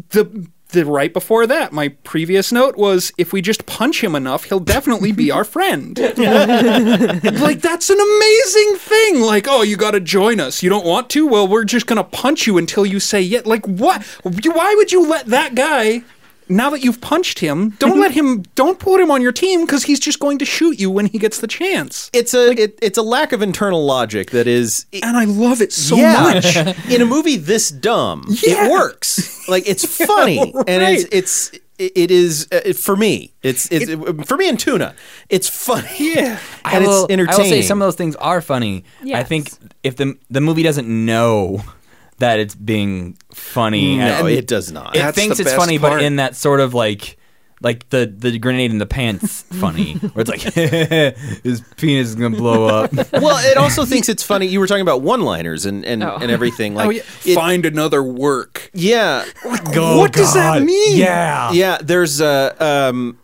S3: The the right before that, my previous note was if we just punch him enough, he'll definitely be our friend. like that's an amazing thing. Like, oh, you got to join us. You don't want to? Well, we're just going to punch you until you say yeah. Like what? Why would you let that guy now that you've punched him, don't let him don't put him on your team cuz he's just going to shoot you when he gets the chance.
S1: It's a it, it's a lack of internal logic that is
S3: and I love it so much.
S1: yeah. in a movie this dumb,
S3: Yeah.
S1: it works. Like it's funny and it's it's it it is uh, for me. It's it's for me and tuna. It's funny. Yeah, and
S2: I will,
S1: it's entertaining.
S2: I will say some of those things are funny. I
S4: Yes.
S2: think if the the movie doesn't know that it's being funny,
S1: no,
S2: and-
S1: it does not.
S2: it
S3: That's
S2: thinks
S3: the
S2: it's
S3: best
S2: funny, but
S3: part.
S2: in that sort of like. Like the, the grenade in the pants funny, where it's like his penis is gonna blow up.
S1: well, it also thinks it's funny. You were talking about one-liners and and,
S4: Oh.
S1: and everything like
S3: oh, yeah.
S1: it-
S3: Find another work.
S1: yeah.
S2: Go,
S3: What does that
S2: oh God.
S3: mean?
S2: Yeah,
S1: Yeah, there's uh, um,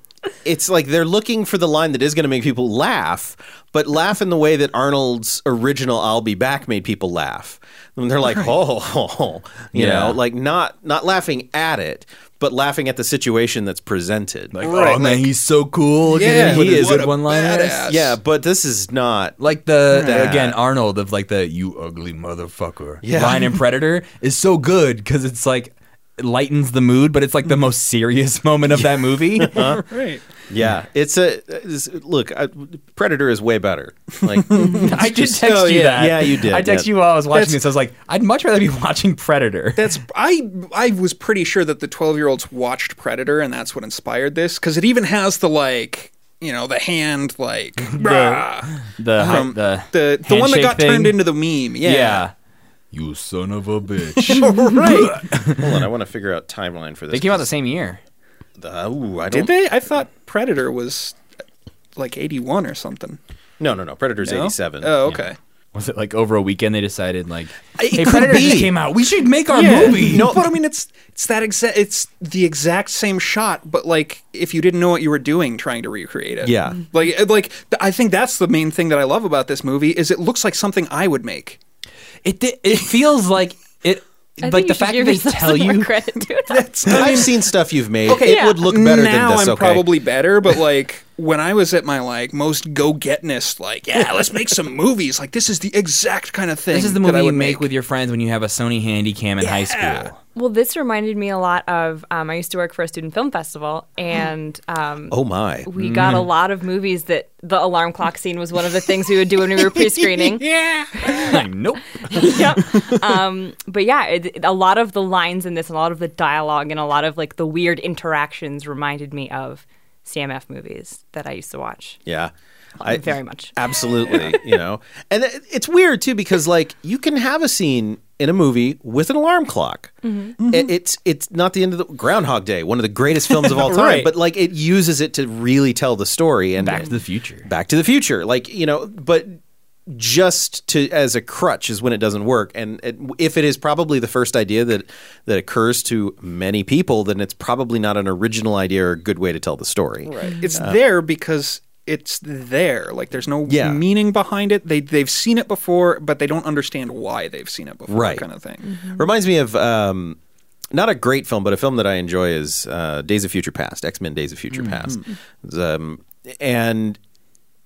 S1: it's like they're looking for the line that is going to make people laugh, but laugh in the way that Arnold's original "I'll be back" made people laugh. And they're like, oh, you
S2: Yeah.
S1: know, like not not laughing at it, but laughing at the situation that's presented.
S2: Like,
S3: Right,
S2: oh man, he's so cool. Look
S3: Yeah,
S2: at him. He
S1: he
S2: is
S1: is.
S3: What
S2: good
S3: a
S2: one liner.
S3: badass.
S1: yeah, but this is not.
S2: Like the,
S1: That.
S2: again Arnold of like the you ugly motherfucker
S1: Yeah.
S2: line in Predator is so good because it's like it lightens the mood, but it's like
S3: Mm.
S2: the most serious moment of that movie.
S3: Right.
S1: Yeah, it's a it's, look. I, Predator is way better. Like,
S2: I did text
S1: Oh,
S2: you
S1: yeah.
S2: that.
S1: Yeah, you did,
S2: I texted
S1: yeah.
S2: you while I was watching
S3: That's-
S2: this. I was like, I'd much rather be watching Predator.
S3: That's I I was pretty sure that the 12-year-olds watched Predator and that's what inspired this cuz it even has the like, you know, the hand like rah,
S2: The hi-
S3: from
S2: the
S3: the, the one that
S2: handshake
S3: got
S2: thing.
S3: turned into the meme.
S2: yeah.
S3: Yeah.
S2: You son of a bitch.
S3: right.
S1: hold on, I want to figure out timeline for this.
S2: they came out the same year.
S1: Uh, ooh, I don't
S3: Did they? I thought Predator was like 81 or something.
S1: No, no, no. Predator's
S3: No?
S1: 87.
S3: Oh, okay.
S2: Was it like over a weekend? They decided like,
S1: It
S2: hey,
S1: could
S2: Predator just
S1: be.
S2: came out. We should make our movie.
S3: No, but I mean it's it's that exact it's the exact same shot, but like if you didn't know what you were doing trying to recreate it.
S1: Yeah.
S3: Like like th- I think that's the main thing that I love about this movie is it looks like something I would make.
S2: It di- it feels like it
S4: I think
S2: like
S4: you
S2: the
S4: should
S2: fact that
S4: give
S2: they
S4: yourself
S2: tell
S4: some more
S2: you
S4: credit, dude.
S1: I've seen stuff you've made.
S3: Okay,
S1: it
S4: yeah.
S1: would look better
S3: now
S1: than this.
S3: I'm
S1: okay.
S3: probably better, but like when I was at my like most go getness, like yeah, let's make some movies. Like this is the exact kind of thing.
S2: this is the
S3: that I
S2: movie you
S3: would
S2: make with your friends when you have a Sony Handycam in high school.
S4: Well, this reminded me a lot of um, I used to work for a student film festival, and um,
S1: Oh my.
S4: we got a lot of movies that the alarm clock scene was one of the things we would do when we were pre-screening.
S2: nope.
S4: yep. Um, but yeah, it, a lot of the lines in this, and a lot of the dialogue, and a lot of like the weird interactions reminded me of CMF movies that I used to watch
S1: Yeah. I,
S4: very much.
S1: Absolutely, you know. And it- it's weird too because like you can have a scene in a movie with an alarm clock. It- it's it's not the end of the Groundhog Day, one of the greatest films of all time,
S3: Right.
S1: but like it uses it to really tell the story and
S2: Back to the Future.
S1: Back to the Future. Like, you know, but just to as a crutch is when it doesn't work. And it, if it is probably the first idea that that occurs to many people, then it's probably not an original idea or a good way to tell the story.
S3: Right. It's there because it's there. Like there's no
S1: Yeah.
S3: meaning behind it. They they've seen it before, but they don't understand why they've seen it before.
S1: Right.
S3: Kind of thing.
S1: Reminds me of um, not a great film, but a film that I enjoy is uh, Days of Future Past, X Men Days of Future Past. Um, and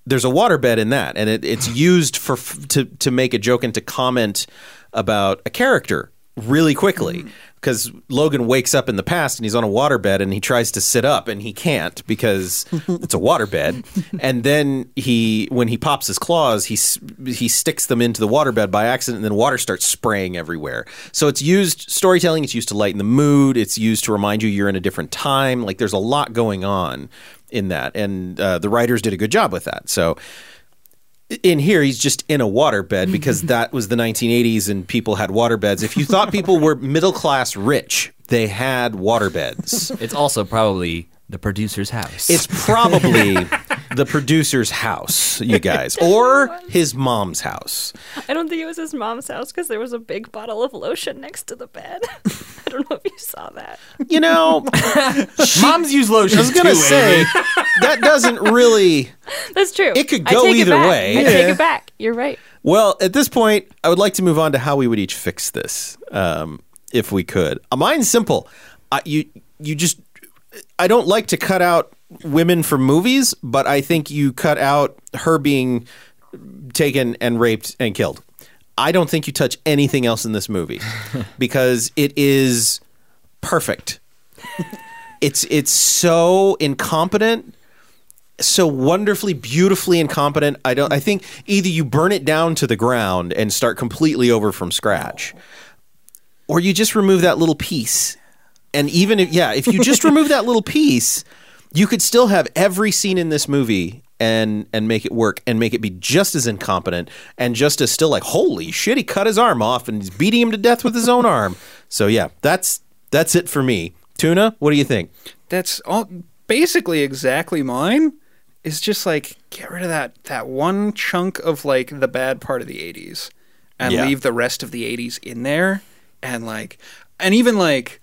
S1: there's a waterbed in that, and it, it's used for f- to to make a joke and to comment about a character really quickly. Because Logan wakes up in the past and he's on a waterbed and he tries to sit up and he can't because it's a waterbed. And then he, when he pops his claws, he s- he sticks them into the waterbed by accident, and then water starts spraying everywhere. So it's used storytelling. It's used to lighten the mood. It's used to remind you you're in a different time. Like there's a lot going on in that, and uh, the writers did a good job with that. So in here, he's just in a waterbed because that was the 1980s and people had waterbeds. If you thought people were middle class rich, they had waterbeds.
S2: It's also probably the producer's house.
S1: It's probably the producer's house, you guys, or his mom's house.
S4: I don't think it was his mom's house because there was a big bottle of lotion next to the bed. I don't know if you saw that.
S1: You know,
S2: moms use lotion.
S1: I was going to say that doesn't really.
S4: That's true.
S1: It could
S4: I
S1: go
S4: take
S1: either
S4: it back.
S1: way.
S4: I take
S1: Yeah.
S4: it back. You're right.
S1: Well, at this point, I would like to move on to how we would each fix this, um, if we could. Uh, Mine's simple. I, you you just I don't like to cut out women from movies, but I think you cut out her being taken and raped and killed. I don't think you touch anything else in this movie because it is perfect. it's it's so incompetent so wonderfully beautifully incompetent i don't i think either you burn it down to the ground and start completely over from scratch or you just remove that little piece And even if yeah, if you just remove that little piece, you could still have every scene in this movie and and make it work and make it be just as incompetent and just as still like holy shit, he cut his arm off and he's beating him to death with his own arm. So yeah, that's that's it for me. Tuna, what do you think?
S3: That's all basically exactly mine. Is just like get rid of that that one chunk of like the bad part of the 80s and
S1: Yeah.
S3: leave the rest of the 80s in there and like and even like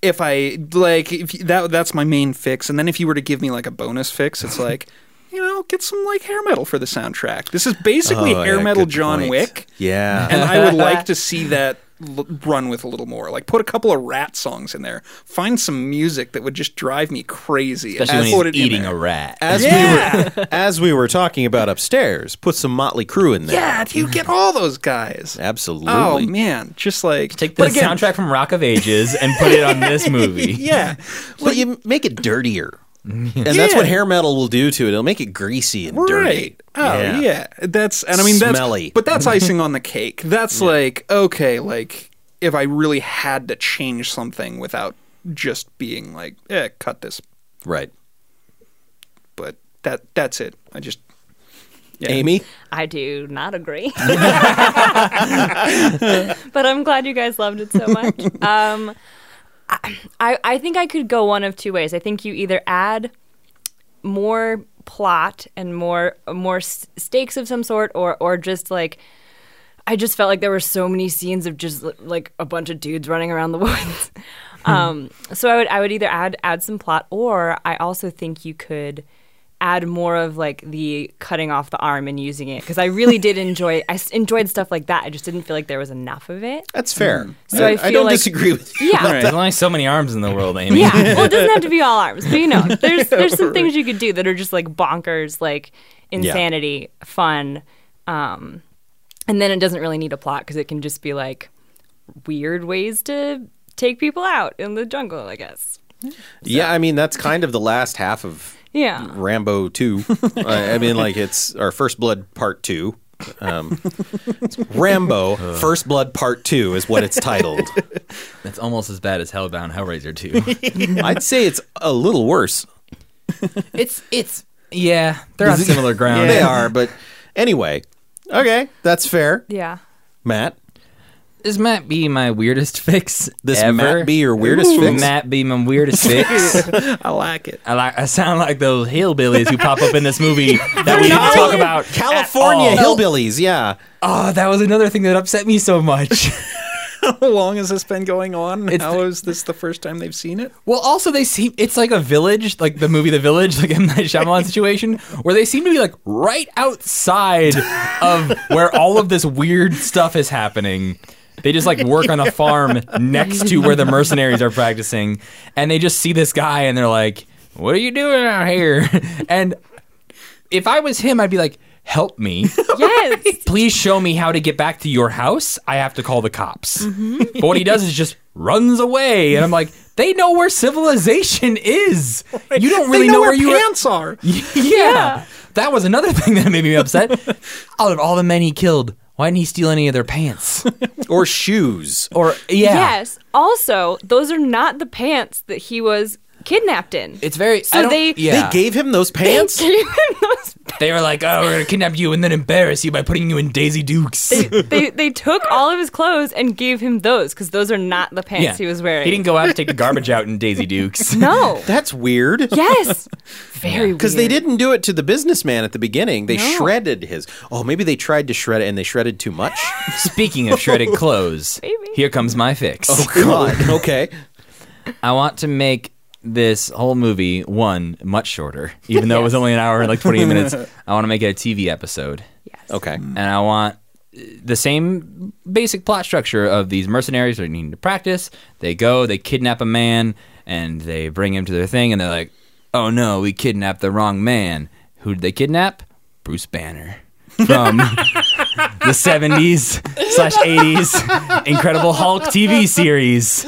S3: if I like if you- that that's my main fix and then if you were to give me like a bonus fix it's like you know get some like hair metal for the soundtrack. This is basically
S1: Oh,
S3: hair
S1: yeah,
S3: metal
S1: good
S3: John
S1: point.
S3: Wick
S1: Yeah.
S3: and I would like to see that l- run with a little more. Like put a couple of rat songs in there. Find some music that would just drive me crazy. and
S2: Especially
S3: put
S2: when
S3: it
S2: he's
S3: in
S2: eating
S3: there.
S2: a rat.
S1: as
S3: Yeah.
S1: we were as we were talking about upstairs, put some Motley Crue in there.
S3: Yeah, if you get all those guys.
S1: Absolutely.
S3: Oh man, just like
S2: Take the
S3: but again,
S2: soundtrack from Rock of Ages and put it on this movie.
S3: Yeah,
S1: But you make it dirtier. And that's what hair metal will do to it. It'll make it greasy and dirty.
S3: right. Oh yeah. that's and I mean that's
S1: Smelly.
S3: but that's icing on the cake. That's like okay, like if I really had to change something without just being like, eh, cut this.
S1: Right.
S3: But that that's it. I just yeah.
S1: Amy?
S4: I do not agree. but I'm glad you guys loved it so much. Um, I, I think I could go one of two ways. I think you either add more plot and more more s- stakes of some sort, or or just like I just felt like there were so many scenes of just li- like a bunch of dudes running around the woods. um, so I would I would either add add some plot, or I also think you could add more of like the cutting off the arm and using it because I really did enjoy I s- enjoyed stuff like that. I just didn't feel like there was enough of it.
S1: That's fair.
S4: Hmm. So I feel
S1: don't
S4: like-
S1: disagree with you.
S4: Yeah.
S2: There's only so many arms in the world, Amy.
S4: Yeah. Well, it doesn't have to be all arms, but you know, there's there's some things you could do that are just like bonkers, like insanity, fun, um, and then it doesn't really need a plot because it can just be like weird ways to take people out in the jungle, I guess.
S1: Yeah, I mean that's kind of the last half of
S4: Yeah.
S1: Rambo 2. I, I mean like it's our First Blood Part 2. Um, it's Rambo First Blood Part 2 is what it's titled.
S2: That's almost as bad as Hellbound Hellraiser 2.
S1: I'd say it's a little worse.
S2: it's it's yeah, they're on similar ground.
S1: They are, but anyway. Okay, that's fair.
S4: Yeah.
S1: Matt,
S2: This might be my weirdest fix.
S1: this
S2: ever.
S1: might be your weirdest
S2: This
S1: fix.
S2: might be my weirdest fix.
S3: I like it.
S2: I like. I sound like those hillbillies who pop up in this movie that we don't talk about. at
S1: California
S2: all.
S1: hillbillies, yeah.
S2: Oh, that was another thing that upset me so much.
S3: How long has this been going on?
S2: It's-
S3: How is this the first time they've seen it?
S2: Well, also they seem it's like a village, like the movie The Village, like M Night Shyamalan situation, where they seem to be like right outside of where all of this weird stuff is happening. They just like work on a farm next to where the mercenaries are practicing, and they just see this guy and they're like, "What are you doing out here?" And if I was him, I'd be like, "Help me."
S4: Yes.
S2: please show me how to get back to your house. I have to call the cops. But what he does is just runs away, and I'm like, they know where civilization is. You don't really
S3: they know, where,
S2: you are.
S3: pants are.
S2: yeah. that was another thing that made me upset. Out of all the men he killed, why didn't he steal any of their pants?
S1: Or shoes.
S2: Or yeah,
S4: Yes. Also, those are not the pants that he was kidnapped in.
S2: it's very.
S4: So
S2: I don't-
S4: they-
S2: yeah.
S1: They gave him those pants?
S4: Gave him those
S2: They were like, oh, we're gonna kidnap you and then embarrass you by putting you in Daisy Dukes.
S4: they they took all of his clothes and gave him those because those are not the pants he was wearing.
S2: He didn't go out to take the garbage out in Daisy Dukes.
S4: no.
S1: That's weird.
S4: yes. Very
S1: Because they didn't do it to the businessman at the beginning. They shredded his. Oh, maybe they tried to shred it and they shredded too much.
S2: Speaking of shredded clothes,
S4: Maybe.
S2: here comes my fix.
S1: Oh, God. Okay.
S2: I want to make this whole movie one much shorter, even though it was
S4: Yes.
S2: only an hour and like 20 minutes. I want to make it a TV episode,
S1: Okay.
S2: and I want uh, the same basic plot structure of these mercenaries are needing to practice. They go, they kidnap a man, and they bring him to their thing, and they're like, "Oh no, we kidnapped the wrong man." Who did they kidnap? Bruce Banner from the 70s slash 80s Incredible Hulk TV series.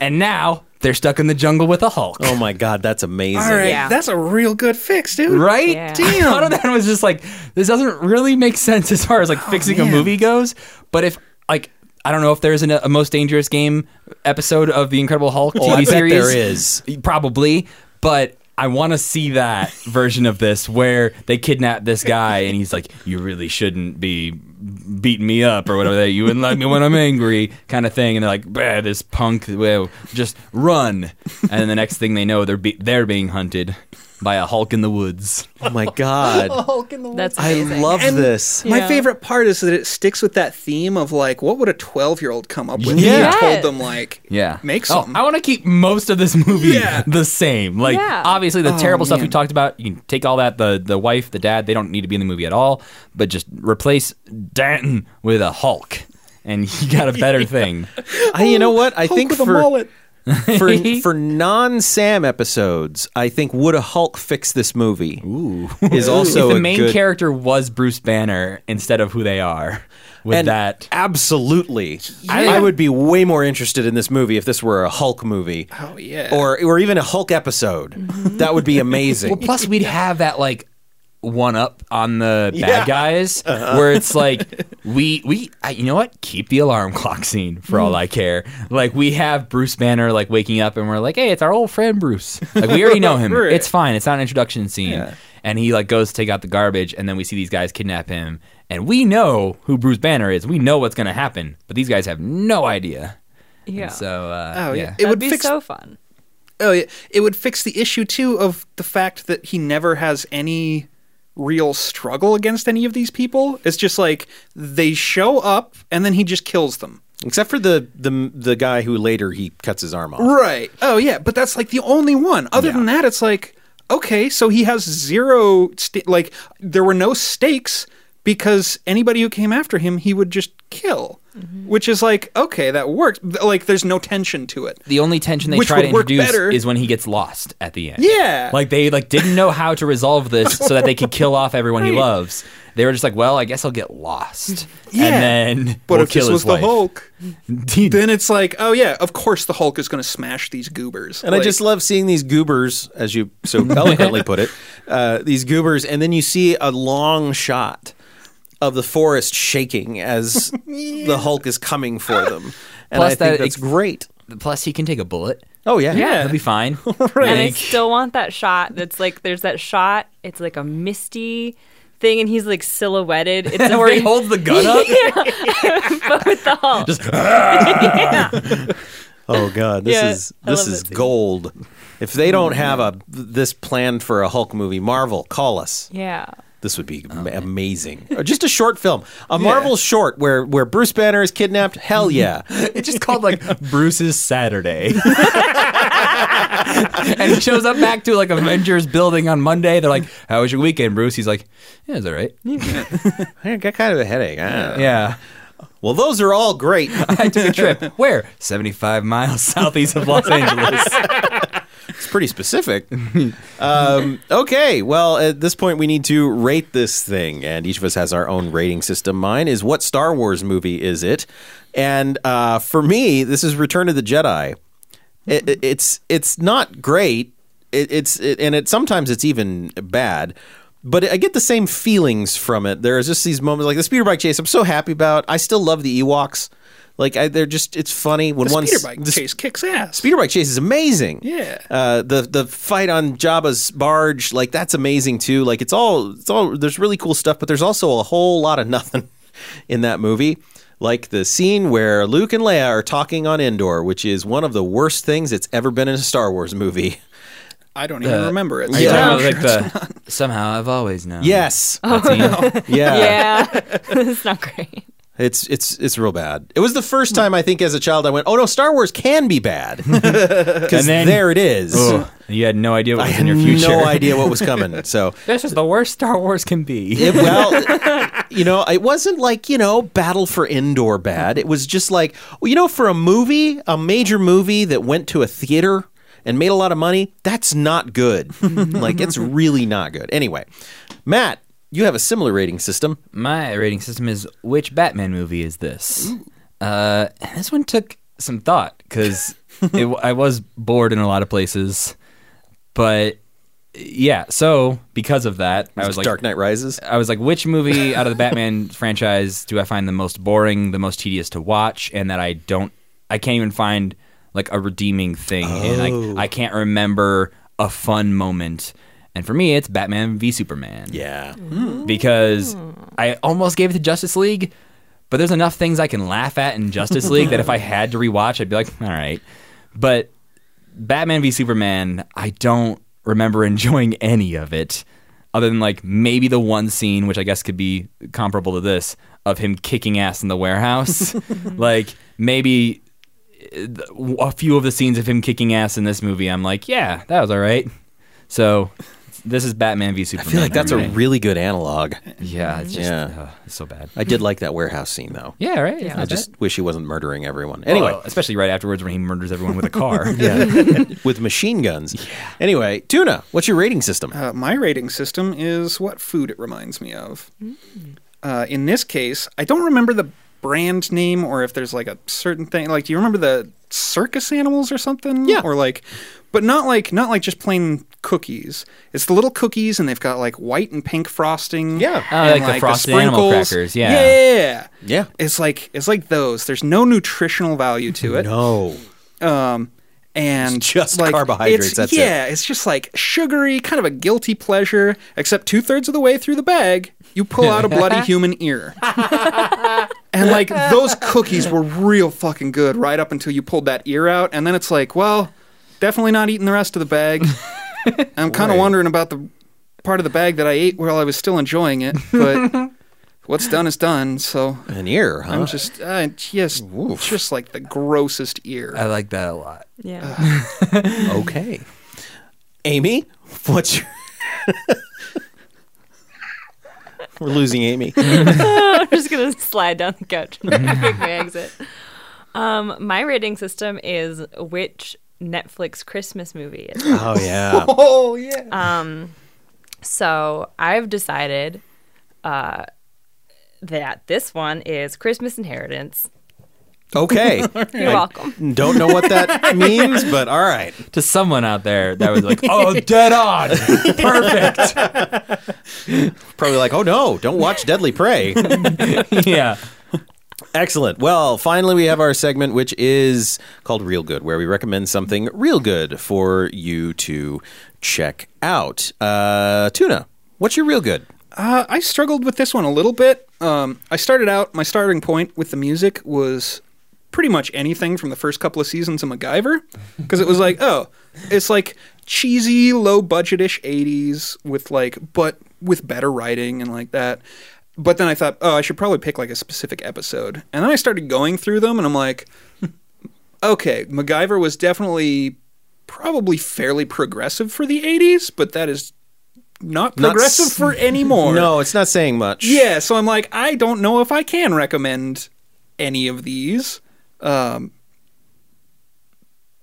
S2: And now they're stuck in the jungle with a Hulk.
S1: Oh my God, that's amazing.
S3: All right,
S4: Yeah.
S3: that's a real good fix, dude.
S2: Right?
S4: Yeah.
S2: Damn. Part of that was Oh, just like, this doesn't really make sense as far as like fixing a movie goes. But if like I don't know if there's an, a most dangerous game episode of the Incredible Hulk
S1: Oh,
S2: TV
S1: I bet
S2: series.
S1: there is.
S2: probably, but. I want to see that version of this where they kidnap this guy and he's like, "You really shouldn't be beating me up or whatever. That you wouldn't like me when I'm angry, kind of thing." And they're like, "Bah, this punk, well, just run!" And the next thing they know, they're be- they're being hunted by a Hulk in the woods.
S1: Oh my god.
S4: That's
S1: I
S4: amazing.
S1: love
S3: And
S1: this.
S3: My
S4: Yeah.
S3: favorite part is that it sticks with that theme of like, what would a twelve-year-old come up with?
S2: Yeah.
S3: if you
S4: Yes.
S3: told them like,
S2: Yeah.
S3: make
S2: Oh,
S3: something.
S2: I want to keep most of this movie
S3: Yeah.
S2: the same. Like
S4: Yeah.
S2: obviously the
S3: Oh,
S2: terrible stuff we
S3: man.
S2: talked about, you can take all that the the wife, the dad, they don't need to be in the movie at all, but just replace Danton with a Hulk and you got a better thing.
S1: I, you know what? I
S3: Hulk
S1: think
S3: with a
S1: for
S3: mullet.
S1: for, for non Sam episodes, I think would a Hulk fix this movie? Ooh, is also
S2: if the
S1: a
S2: main
S1: good-
S2: character was Bruce Banner instead of who they are with
S1: and
S2: that
S1: absolutely.
S2: Yeah.
S1: I, I would be way more interested in this movie if this were a Hulk movie.
S3: Oh, yeah.
S1: or or even a Hulk episode. That would be amazing.
S2: Well, plus we'd have that like one up on the bad
S1: Yeah.
S2: guys,
S3: Uh-huh.
S2: where it's like we we I, you know what? Keep the alarm clock scene for
S3: Mm.
S2: all I care. Like we have Bruce Banner like waking up and we're like, hey, it's our old friend Bruce. Like we already know him.
S3: Right.
S2: It's fine. It's not an introduction scene. And he like goes to take out the garbage, and then we see these guys kidnap him, and we know who Bruce Banner is. We know what's gonna happen, but these guys have no idea. And
S4: Yeah.
S2: So uh,
S3: Oh, yeah.
S2: yeah.
S3: It
S4: That'd
S3: would
S4: be
S3: fix
S4: so fun.
S3: Oh, yeah. It would fix the issue, too, of the fact that he never has any real struggle against any of these people. It's just like they show up and then he just kills them.
S1: Except for the the the guy who later he cuts his arm off.
S3: Right. Oh, yeah. But that's like the only one. Other than that, it's like, okay, so he has zero, st- like, there were no stakes because anybody who came after him, he would just kill. Which is like, okay, that works. Th- Like, there's no tension to it.
S2: the only tension they
S3: Which
S2: try to
S3: would work
S2: introduce
S3: better.
S2: is when he gets lost at the end.
S3: Yeah.
S2: like they like didn't know how to resolve this so that they could kill off everyone he loves. They were just like, well, I guess I'll get lost,
S3: Yeah.
S2: and then
S3: But
S2: we'll
S3: if this
S2: kill
S3: was
S2: his wife.
S3: the Hulk.
S2: Indeed.
S3: then it's like, oh yeah, of course the Hulk is going to smash these goobers.
S1: And I
S3: Like,
S1: just love seeing these goobers, as you so eloquently put it, uh, these goobers, and then you see a long shot of the forest shaking as the Hulk is coming for them. And
S2: Plus
S1: I
S2: that
S1: think that's
S2: ex-
S1: great.
S2: Plus, he can take a bullet.
S1: Oh yeah,
S2: he'll be fine.
S4: And I
S2: Like,
S4: still want that shot. That's like there's that shot. It's like a misty thing, and he's like silhouetted. It's a
S2: where he
S4: big-
S2: holds the gun up.
S4: but with the Hulk.
S1: Oh god, this
S4: Yeah,
S1: is
S4: I
S1: this
S4: love
S1: is
S4: that scene.
S1: gold. If they don't have a this planned for a Hulk movie, Marvel, call us.
S4: yeah.
S1: This would be am- amazing. Or just a short film, a Marvel short where where Bruce Banner is kidnapped. Hell yeah!
S2: It's just called like Bruce's Saturday. and he shows up back to like Avengers building on Monday. They're like, "How was your weekend, Bruce?" He's like, "Yeah, it's all right."
S1: I got kind of a headache. I don't know.
S2: Yeah.
S1: Well, those are all great.
S2: I took a trip. Where? 75 miles southeast of Los Angeles.
S1: It's pretty specific. um, okay, well, at this point, we need to rate this thing, and each of us has our own rating system. Mine is what Star Wars movie is it? And uh, for me, this is Return of the Jedi. It, it- it's it's not great. It, it's it, and it sometimes it's even bad. But I get the same feelings from it. There is just these moments like the speeder bike chase. I'm so happy about. I still love the Ewoks. Like I, they're just it's funny when
S3: the
S1: one
S3: speeder bike
S1: the
S3: chase kicks ass.
S1: speeder bike chase is amazing.
S3: Yeah.
S1: Uh, the the fight on Jabba's barge, like that's amazing too. Like it's all it's all there's really cool stuff, but there's also a whole lot of nothing in that movie. Like the scene where Luke and Leia are talking on Endor, which is one of the worst things that's ever been in a Star Wars movie.
S3: I don't even remember it.
S2: Are you
S1: Uh, Yeah.
S2: talking about, like, the, somehow I've always known.
S1: Yes.
S2: That scene?
S1: Yeah.
S4: Yeah. it's not great.
S1: It's it's it's real bad. It was the first time I think as a child I went, "Oh no, Star Wars can be bad." Cuz
S2: then-
S1: there it is.
S2: Ugh, you had no idea what
S1: I
S2: was
S1: had
S2: in your future.
S1: no idea what was coming. So
S2: This is the worst Star Wars can be.
S1: It, well, you know, it wasn't like, you know, Battle for Indoor bad. It was just like, well, you know, for a movie, a major movie that went to a theater and made a lot of money, that's not good. like, it's really not good. Anyway, Matt, you have a similar rating system.
S2: My rating system is which Batman movie is this? Uh, this one took some thought because I was bored in a lot of places, but yeah, so because of that, I was like,
S1: Dark Knight Rises.
S2: I was like, which movie out of the Batman franchise do I find the most boring, the most tedious to watch, and that I don't, I can't even find like a redeeming thing, and like I can't remember a fun moment. And for me, it's Batman v Superman
S1: Yeah.
S2: because I almost gave it to Justice League, but there's enough things I can laugh at in Justice League that if I had to rewatch, I'd be like, all right. But Batman v Superman, I don't remember enjoying any of it, other than like maybe the one scene, which I guess could be comparable to this, of him kicking ass in the warehouse. like maybe uh, a few of the scenes of him kicking ass in this movie, I'm like, yeah, that was all right. So. This is Batman v Superman.
S1: I feel like that's a
S2: everybody.
S1: really good analog.
S2: Yeah, it's just
S1: Yeah.
S2: uh, it's so bad.
S1: I did like that warehouse scene though.
S2: Yeah, right.
S4: Yeah.
S1: I just wish he wasn't murdering everyone. Anyway,
S2: especially right afterwards when he murders everyone with a car.
S1: with machine guns. Anyway, Tuna, what's your rating system?
S3: Uh, my rating system is what food it reminds me of.
S1: Mm.
S3: Uh, in this case, I don't remember the brand name or if there's like a certain thing. Like, do you remember the circus animals or something?
S1: Yeah.
S3: Or like, but not like not like just plain cookies. It's the little cookies, and they've got like white and pink frosting.
S1: Yeah.
S2: Oh,
S3: and,
S2: like the frosted animal
S3: sprinkles.
S2: crackers, yeah.
S3: Yeah.
S1: Yeah.
S3: It's like it's like those. There's no nutritional value to it.
S1: No.
S3: Um, and
S1: It's just
S3: like,
S1: carbohydrates,
S3: it's-
S1: that's it.
S3: yeah, it's just like sugary, kind of a guilty pleasure. Except two thirds of the way through the bag, you pull out a bloody human ear. and like those cookies were real fucking good right up until you pulled that ear out, and then it's like, well, definitely not eating the rest of the bag. I'm kind of wondering about the part of the bag that I ate while I was still enjoying it, but what's done is done. So
S1: An ear, huh?
S3: I'm just, uh, yes, just like the grossest ear.
S1: Uh,
S2: I like that a lot.
S4: Yeah.
S1: okay. Amy, what's your We're losing Amy.
S4: I'm just gonna slide down the couch and make my exit. Um, my rating system is which Netflix Christmas movie is.
S1: Oh yeah.
S3: Oh yeah.
S4: So I've decided uh, that this one is Christmas Inheritance.
S1: Okay.
S4: You're welcome.
S1: Don't know what that means, but all right.
S2: To someone out there that was like, "Oh, dead on, perfect."
S1: Probably like, "Oh no, don't watch Deadly Prey."
S2: yeah,
S1: Excellent. Well, finally, we have our segment, which is called Real Good, where we recommend something real good for you to check out. Uh, Tuna, what's your real good?
S3: Uh, I struggled with this one a little bit. Um, I started out. My starting point with the music was pretty much anything from the first couple of seasons of MacGyver, because it was like, oh, it's like cheesy, low budgetish '80s with like, but with better writing and like that. But then I thought, oh, I should probably pick like a specific episode, and then I started going through them, and I'm like, okay, MacGyver was definitely probably fairly progressive for the '80s, but that is not
S1: Not s-
S3: progressive for anymore.
S1: No, it's not saying much.
S3: Yeah, so I'm like, I don't know if I can recommend any of these. Um,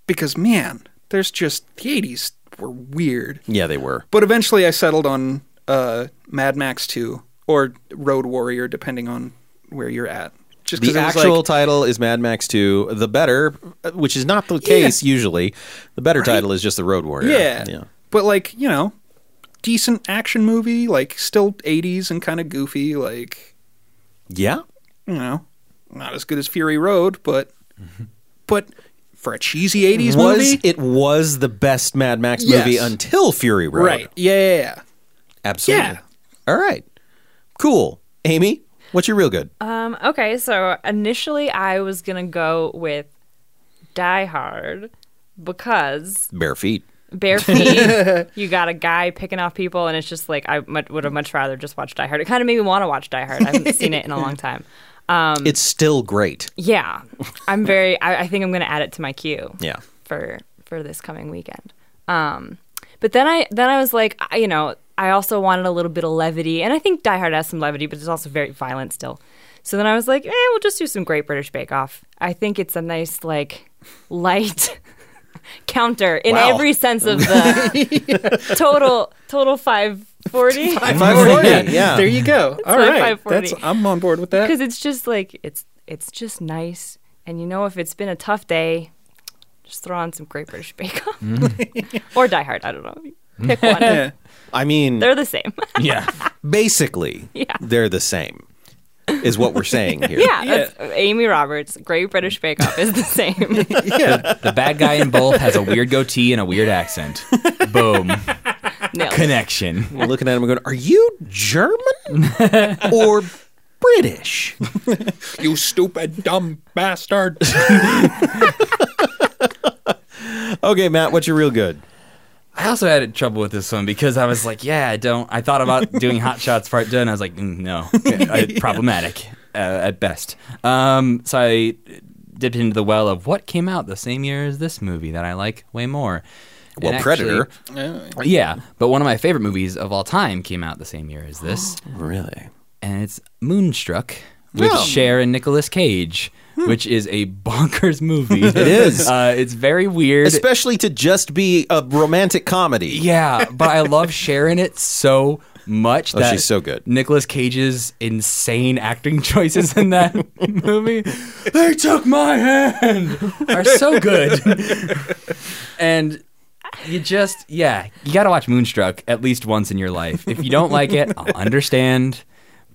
S3: because, man, there's just the 80s were weird.
S1: Yeah, they were.
S3: But eventually I settled on uh, Mad Max 2 or Road Warrior, depending on where you're at. Just
S1: The
S3: 'cause it was
S1: actual
S3: like,
S1: title is Mad Max 2, The Better, which is not the case usually. The better title is just The Road Warrior.
S3: yeah,
S1: Yeah.
S3: But, like, you know, decent action movie, like, still 80s and kind of goofy, like.
S1: Yeah.
S3: you know, not as good as Fury Road, but but for a cheesy '80s
S1: Was,
S3: movie,
S1: It was the best Mad Max
S3: Yes.
S1: movie until Fury Road.
S3: right? Yeah, yeah, yeah.
S1: Absolutely.
S3: Yeah.
S1: All right. Cool. Amy, what's your real good?
S4: Um, okay, so initially I was gonna go with Die Hard because
S1: Bare feet.
S4: bare feet, you got a guy picking off people, and it's just like I much, would have much rather just watched Die Hard. It kind of made me want to watch Die Hard. I haven't seen it in a long time. um,
S1: it's still great.
S4: Yeah, I'm very. I, I think I'm gonna add it to my queue.
S1: Yeah.
S4: for for this coming weekend. Um, but then I then I was like, I, you know, I also wanted a little bit of levity, and I think Die Hard has some levity, but it's also very violent still. So then I was like, eh, we'll just do some Great British Bake Off. I think it's a nice like light counter in
S1: Wow.
S4: every sense of the total total five forty.
S1: Yeah, yeah.
S3: There you go. All
S4: like
S3: right,
S4: 540.
S3: that's I'm on board with that.
S2: Uh,
S4: because it's just like it's it's just nice and you know if it's been a
S2: Mm.
S4: tough day just throw on some great british bake off or die hard i don't know Pick one.
S3: Yeah.
S1: I mean,
S4: They're the same.
S2: Yeah.
S1: basically,
S4: Yeah.
S1: they're the same, is what we're saying here.
S4: yeah, That's Amy Roberts, Great British Bake Off is the same.
S2: The bad guy in both has a weird goatee and a weird accent. Boom.
S4: Nailed it.
S2: Connection.
S1: We're looking at him and going, Are you German or British?
S3: You stupid, dumb bastard.
S1: Okay, Matt, what's your real good?
S2: I also had trouble with this one because I was like, yeah, I don't. I thought about doing Hot Shots Part 2, and I was like, mm, no, I- problematic uh, at best. Um, so I dipped into the well of what came out the same year as this movie that I like way more.
S1: Well,
S2: And
S1: Predator.
S2: actually- yeah, but one of my favorite movies of all time came out the same year as this.
S1: Really?
S2: and it's Moonstruck with Cher and Nicolas Cage, which is a bonkers movie. it
S1: Hmm. is.
S2: Uh, it's very weird.
S1: Especially to just be a romantic comedy.
S2: yeah, but I love Cher in it so much.
S1: Oh,
S2: that
S1: she's so good.
S2: Nicolas Cage's insane acting choices in that movie. They took my hand. Are so good. and you just yeah, you got to watch Moonstruck at least once in your life. If you don't like it, I'll understand.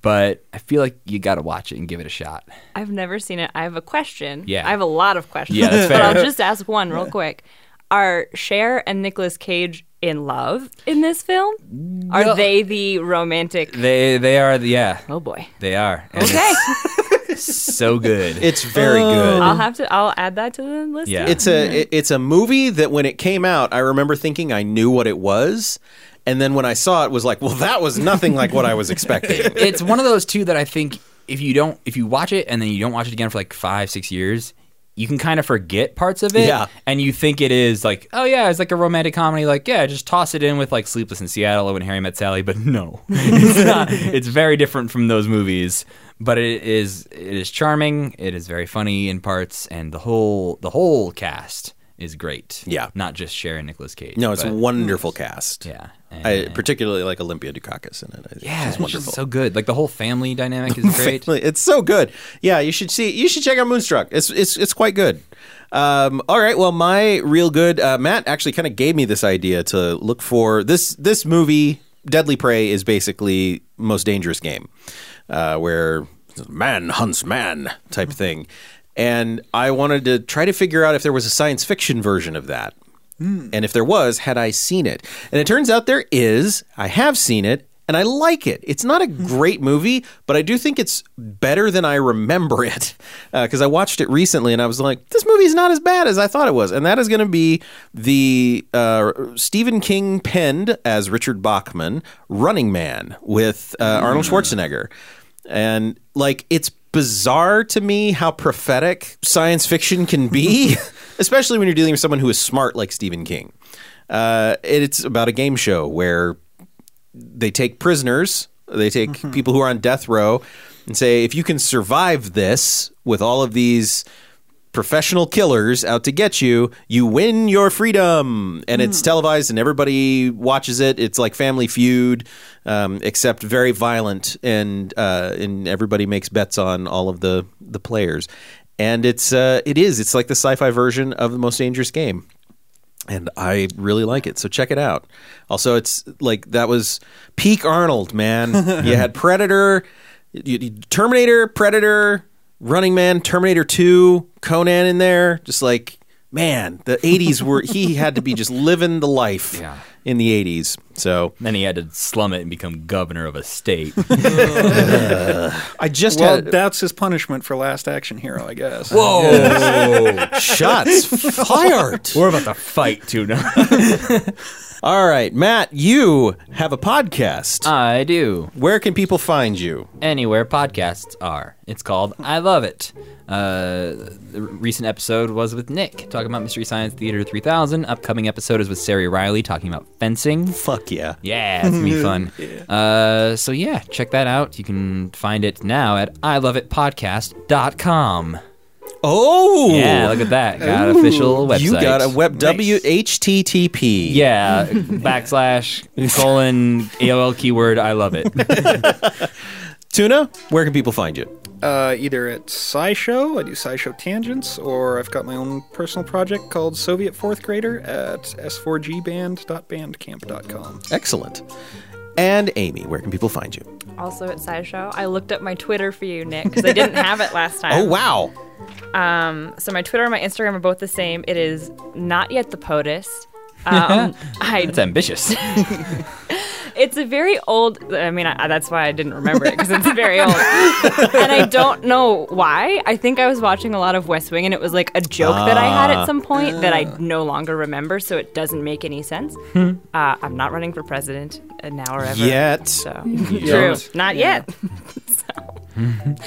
S2: But I feel like you got to watch it and give it a shot.
S4: I've never seen it. I have a question.
S2: Yeah.
S4: I have a lot of questions.
S2: Yeah, that's
S4: But
S2: fair.
S4: I'll just ask one real quick. Are Cher and Nicolas Cage in love in this film? Are
S2: No.
S4: they the romantic?
S2: They they are the, yeah
S4: Oh boy.
S2: they are And
S4: Okay.
S2: it's so good.
S1: It's very good.
S4: I'll have to. I'll add that to the list.
S2: Yeah.
S1: It's a it- it's a movie that when it came out, I remember thinking I knew what it was, and then when I saw it, was like, well, that was nothing like what I was expecting.
S2: it's one of those two that I think if you don't if you watch it and then you don't watch it again for like five six years, you can kind of forget parts of it.
S1: Yeah.
S2: and you think it is like oh yeah, it's like a romantic comedy. Like yeah, just toss it in with like Sleepless in Seattle and Harry Met Sally, but no, it's not. It's very different from those movies. But it is it is charming. It is very funny in parts, and the whole the whole cast is great.
S1: Yeah.
S2: not just Sharon Nicholas Cage.
S1: No, it's a
S2: but-
S1: wonderful cast.
S2: yeah. And-
S1: I particularly like Olympia Dukakis in it. I-
S2: yeah,
S1: she's
S2: it's
S1: wonderful.
S2: so good. Like the whole family dynamic is great.
S1: Like, It's so good. Yeah, you should see. You should check out Moonstruck. It's it's it's quite good. Um, all right. Well, my real good uh, Matt actually kind of gave me this idea to look for this this movie. Deadly Prey is basically most dangerous game, uh, where man hunts man type thing, and I wanted to try to figure out if there was a science fiction version of that. Hmm. And if there was, had I seen it? And it turns out there is. I have seen it and I like it. It's not a great movie, but I do think it's better than I remember it because I watched it recently and I was like, this movie's not as bad as I thought it was. And that is going to be the uh, Stephen King penned as Richard Bachman Running Man with uh, Arnold Schwarzenegger. And like, it's bizarre to me how prophetic science fiction can be, especially when you're dealing with someone who is smart like Stephen King. Uh, it's about a game show where they take prisoners, they take people who are on death row, and say, if you can survive this with all of these professional killers out to get you, you win your freedom. And it's televised and everybody watches it. It's like Family Feud, um, except very violent, and uh, and everybody makes bets on all of the the players. And it's uh, it is it's like the sci-fi version of the most dangerous game and I really like it. So check it out. Also, it's like that was peak Arnold, man. you had Predator, you, you- Terminator, Predator, Running Man, Terminator 2, Conan in there. Just like, man, the 80s were, he had to be just living the life
S2: Yeah.
S1: in the 80s. So
S2: Then he had to slum it and become governor of a state.
S1: I just
S3: well,
S1: had
S3: that's his punishment for Last Action Hero, I guess.
S2: Whoa!
S1: shots fired.
S2: Oh, We're about to fight, Tuna.
S1: All right, Matt, you have a podcast.
S2: I do.
S1: Where can people find you?
S2: Anywhere podcasts are. It's called I Love It. Uh, the recent episode was with Nick talking about Mystery Science Theater 3000. Upcoming episode is with Sari Riley talking about fencing.
S1: Fuck yeah.
S2: Yeah, it's gonna be fun. Uh, so yeah, check that out. You can find it now at iloveitpodcast.com.
S1: Oh,
S2: Yeah, look at that. Got an official website.
S1: You got a web WHTTP.
S2: Yeah, backslash colon AOL keyword. I love it.
S1: Tuna, where can people find you?
S3: uh, either at SciShow, I do SciShow Tangents, or I've got my own personal project called Soviet Fourth Grader at s4gband.bandcamp.com.
S1: Excellent. And Amy, where can people find you?
S4: Also at SciShow. I looked up my Twitter for you, Nick, because I didn't have it last time.
S1: Oh, wow.
S4: So my Twitter and my Instagram are both the same. It is not yet the POTUS. Um, I,
S2: That's ambitious.
S4: it's a very old. I mean, I, that's why I didn't remember it because it's very old, and I don't know why. I think I was watching a lot of West Wing, and it was like a joke that I had at some point that I no longer remember, so it doesn't make any sense. uh, I'm not running for president uh, now or ever.
S1: Yet.
S4: So true,
S1: Yet.
S4: not
S3: Yeah.
S4: yet.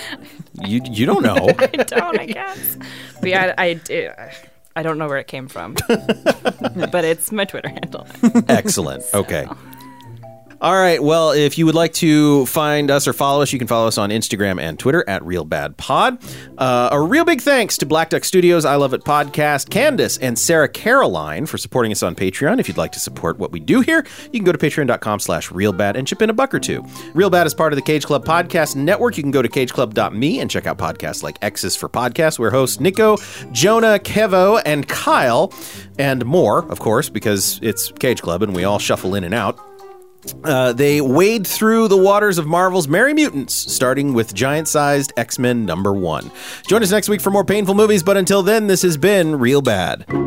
S1: You, you don't know.
S4: I don't, I guess. But yeah, I, I, I don't know where it came from, but it's my Twitter handle.
S1: Excellent. Okay. All right. Well, if you would like to find us or follow us, you can follow us on Instagram and Twitter at Real Bad Pod. Uh, a real big thanks to Black Duck Studios, I Love It Podcast, Candace, and Sarah Caroline for supporting us on Patreon. If you'd like to support what we do here, you can go to patreon.com slash realbad and chip in a buck or two. Real Bad is part of the Cage Club Podcast Network. You can go to cageclub.me and check out podcasts like X's for Podcasts, where hosts Nico, Jonah, Kevo, and Kyle, and more, of course, because it's Cage Club and we all shuffle in and out. Uh, they wade through the waters of Marvel's Merry Mutants, starting with giant sized X Men number one. Join us next week for more painful movies, but until then, this has been Real Bad.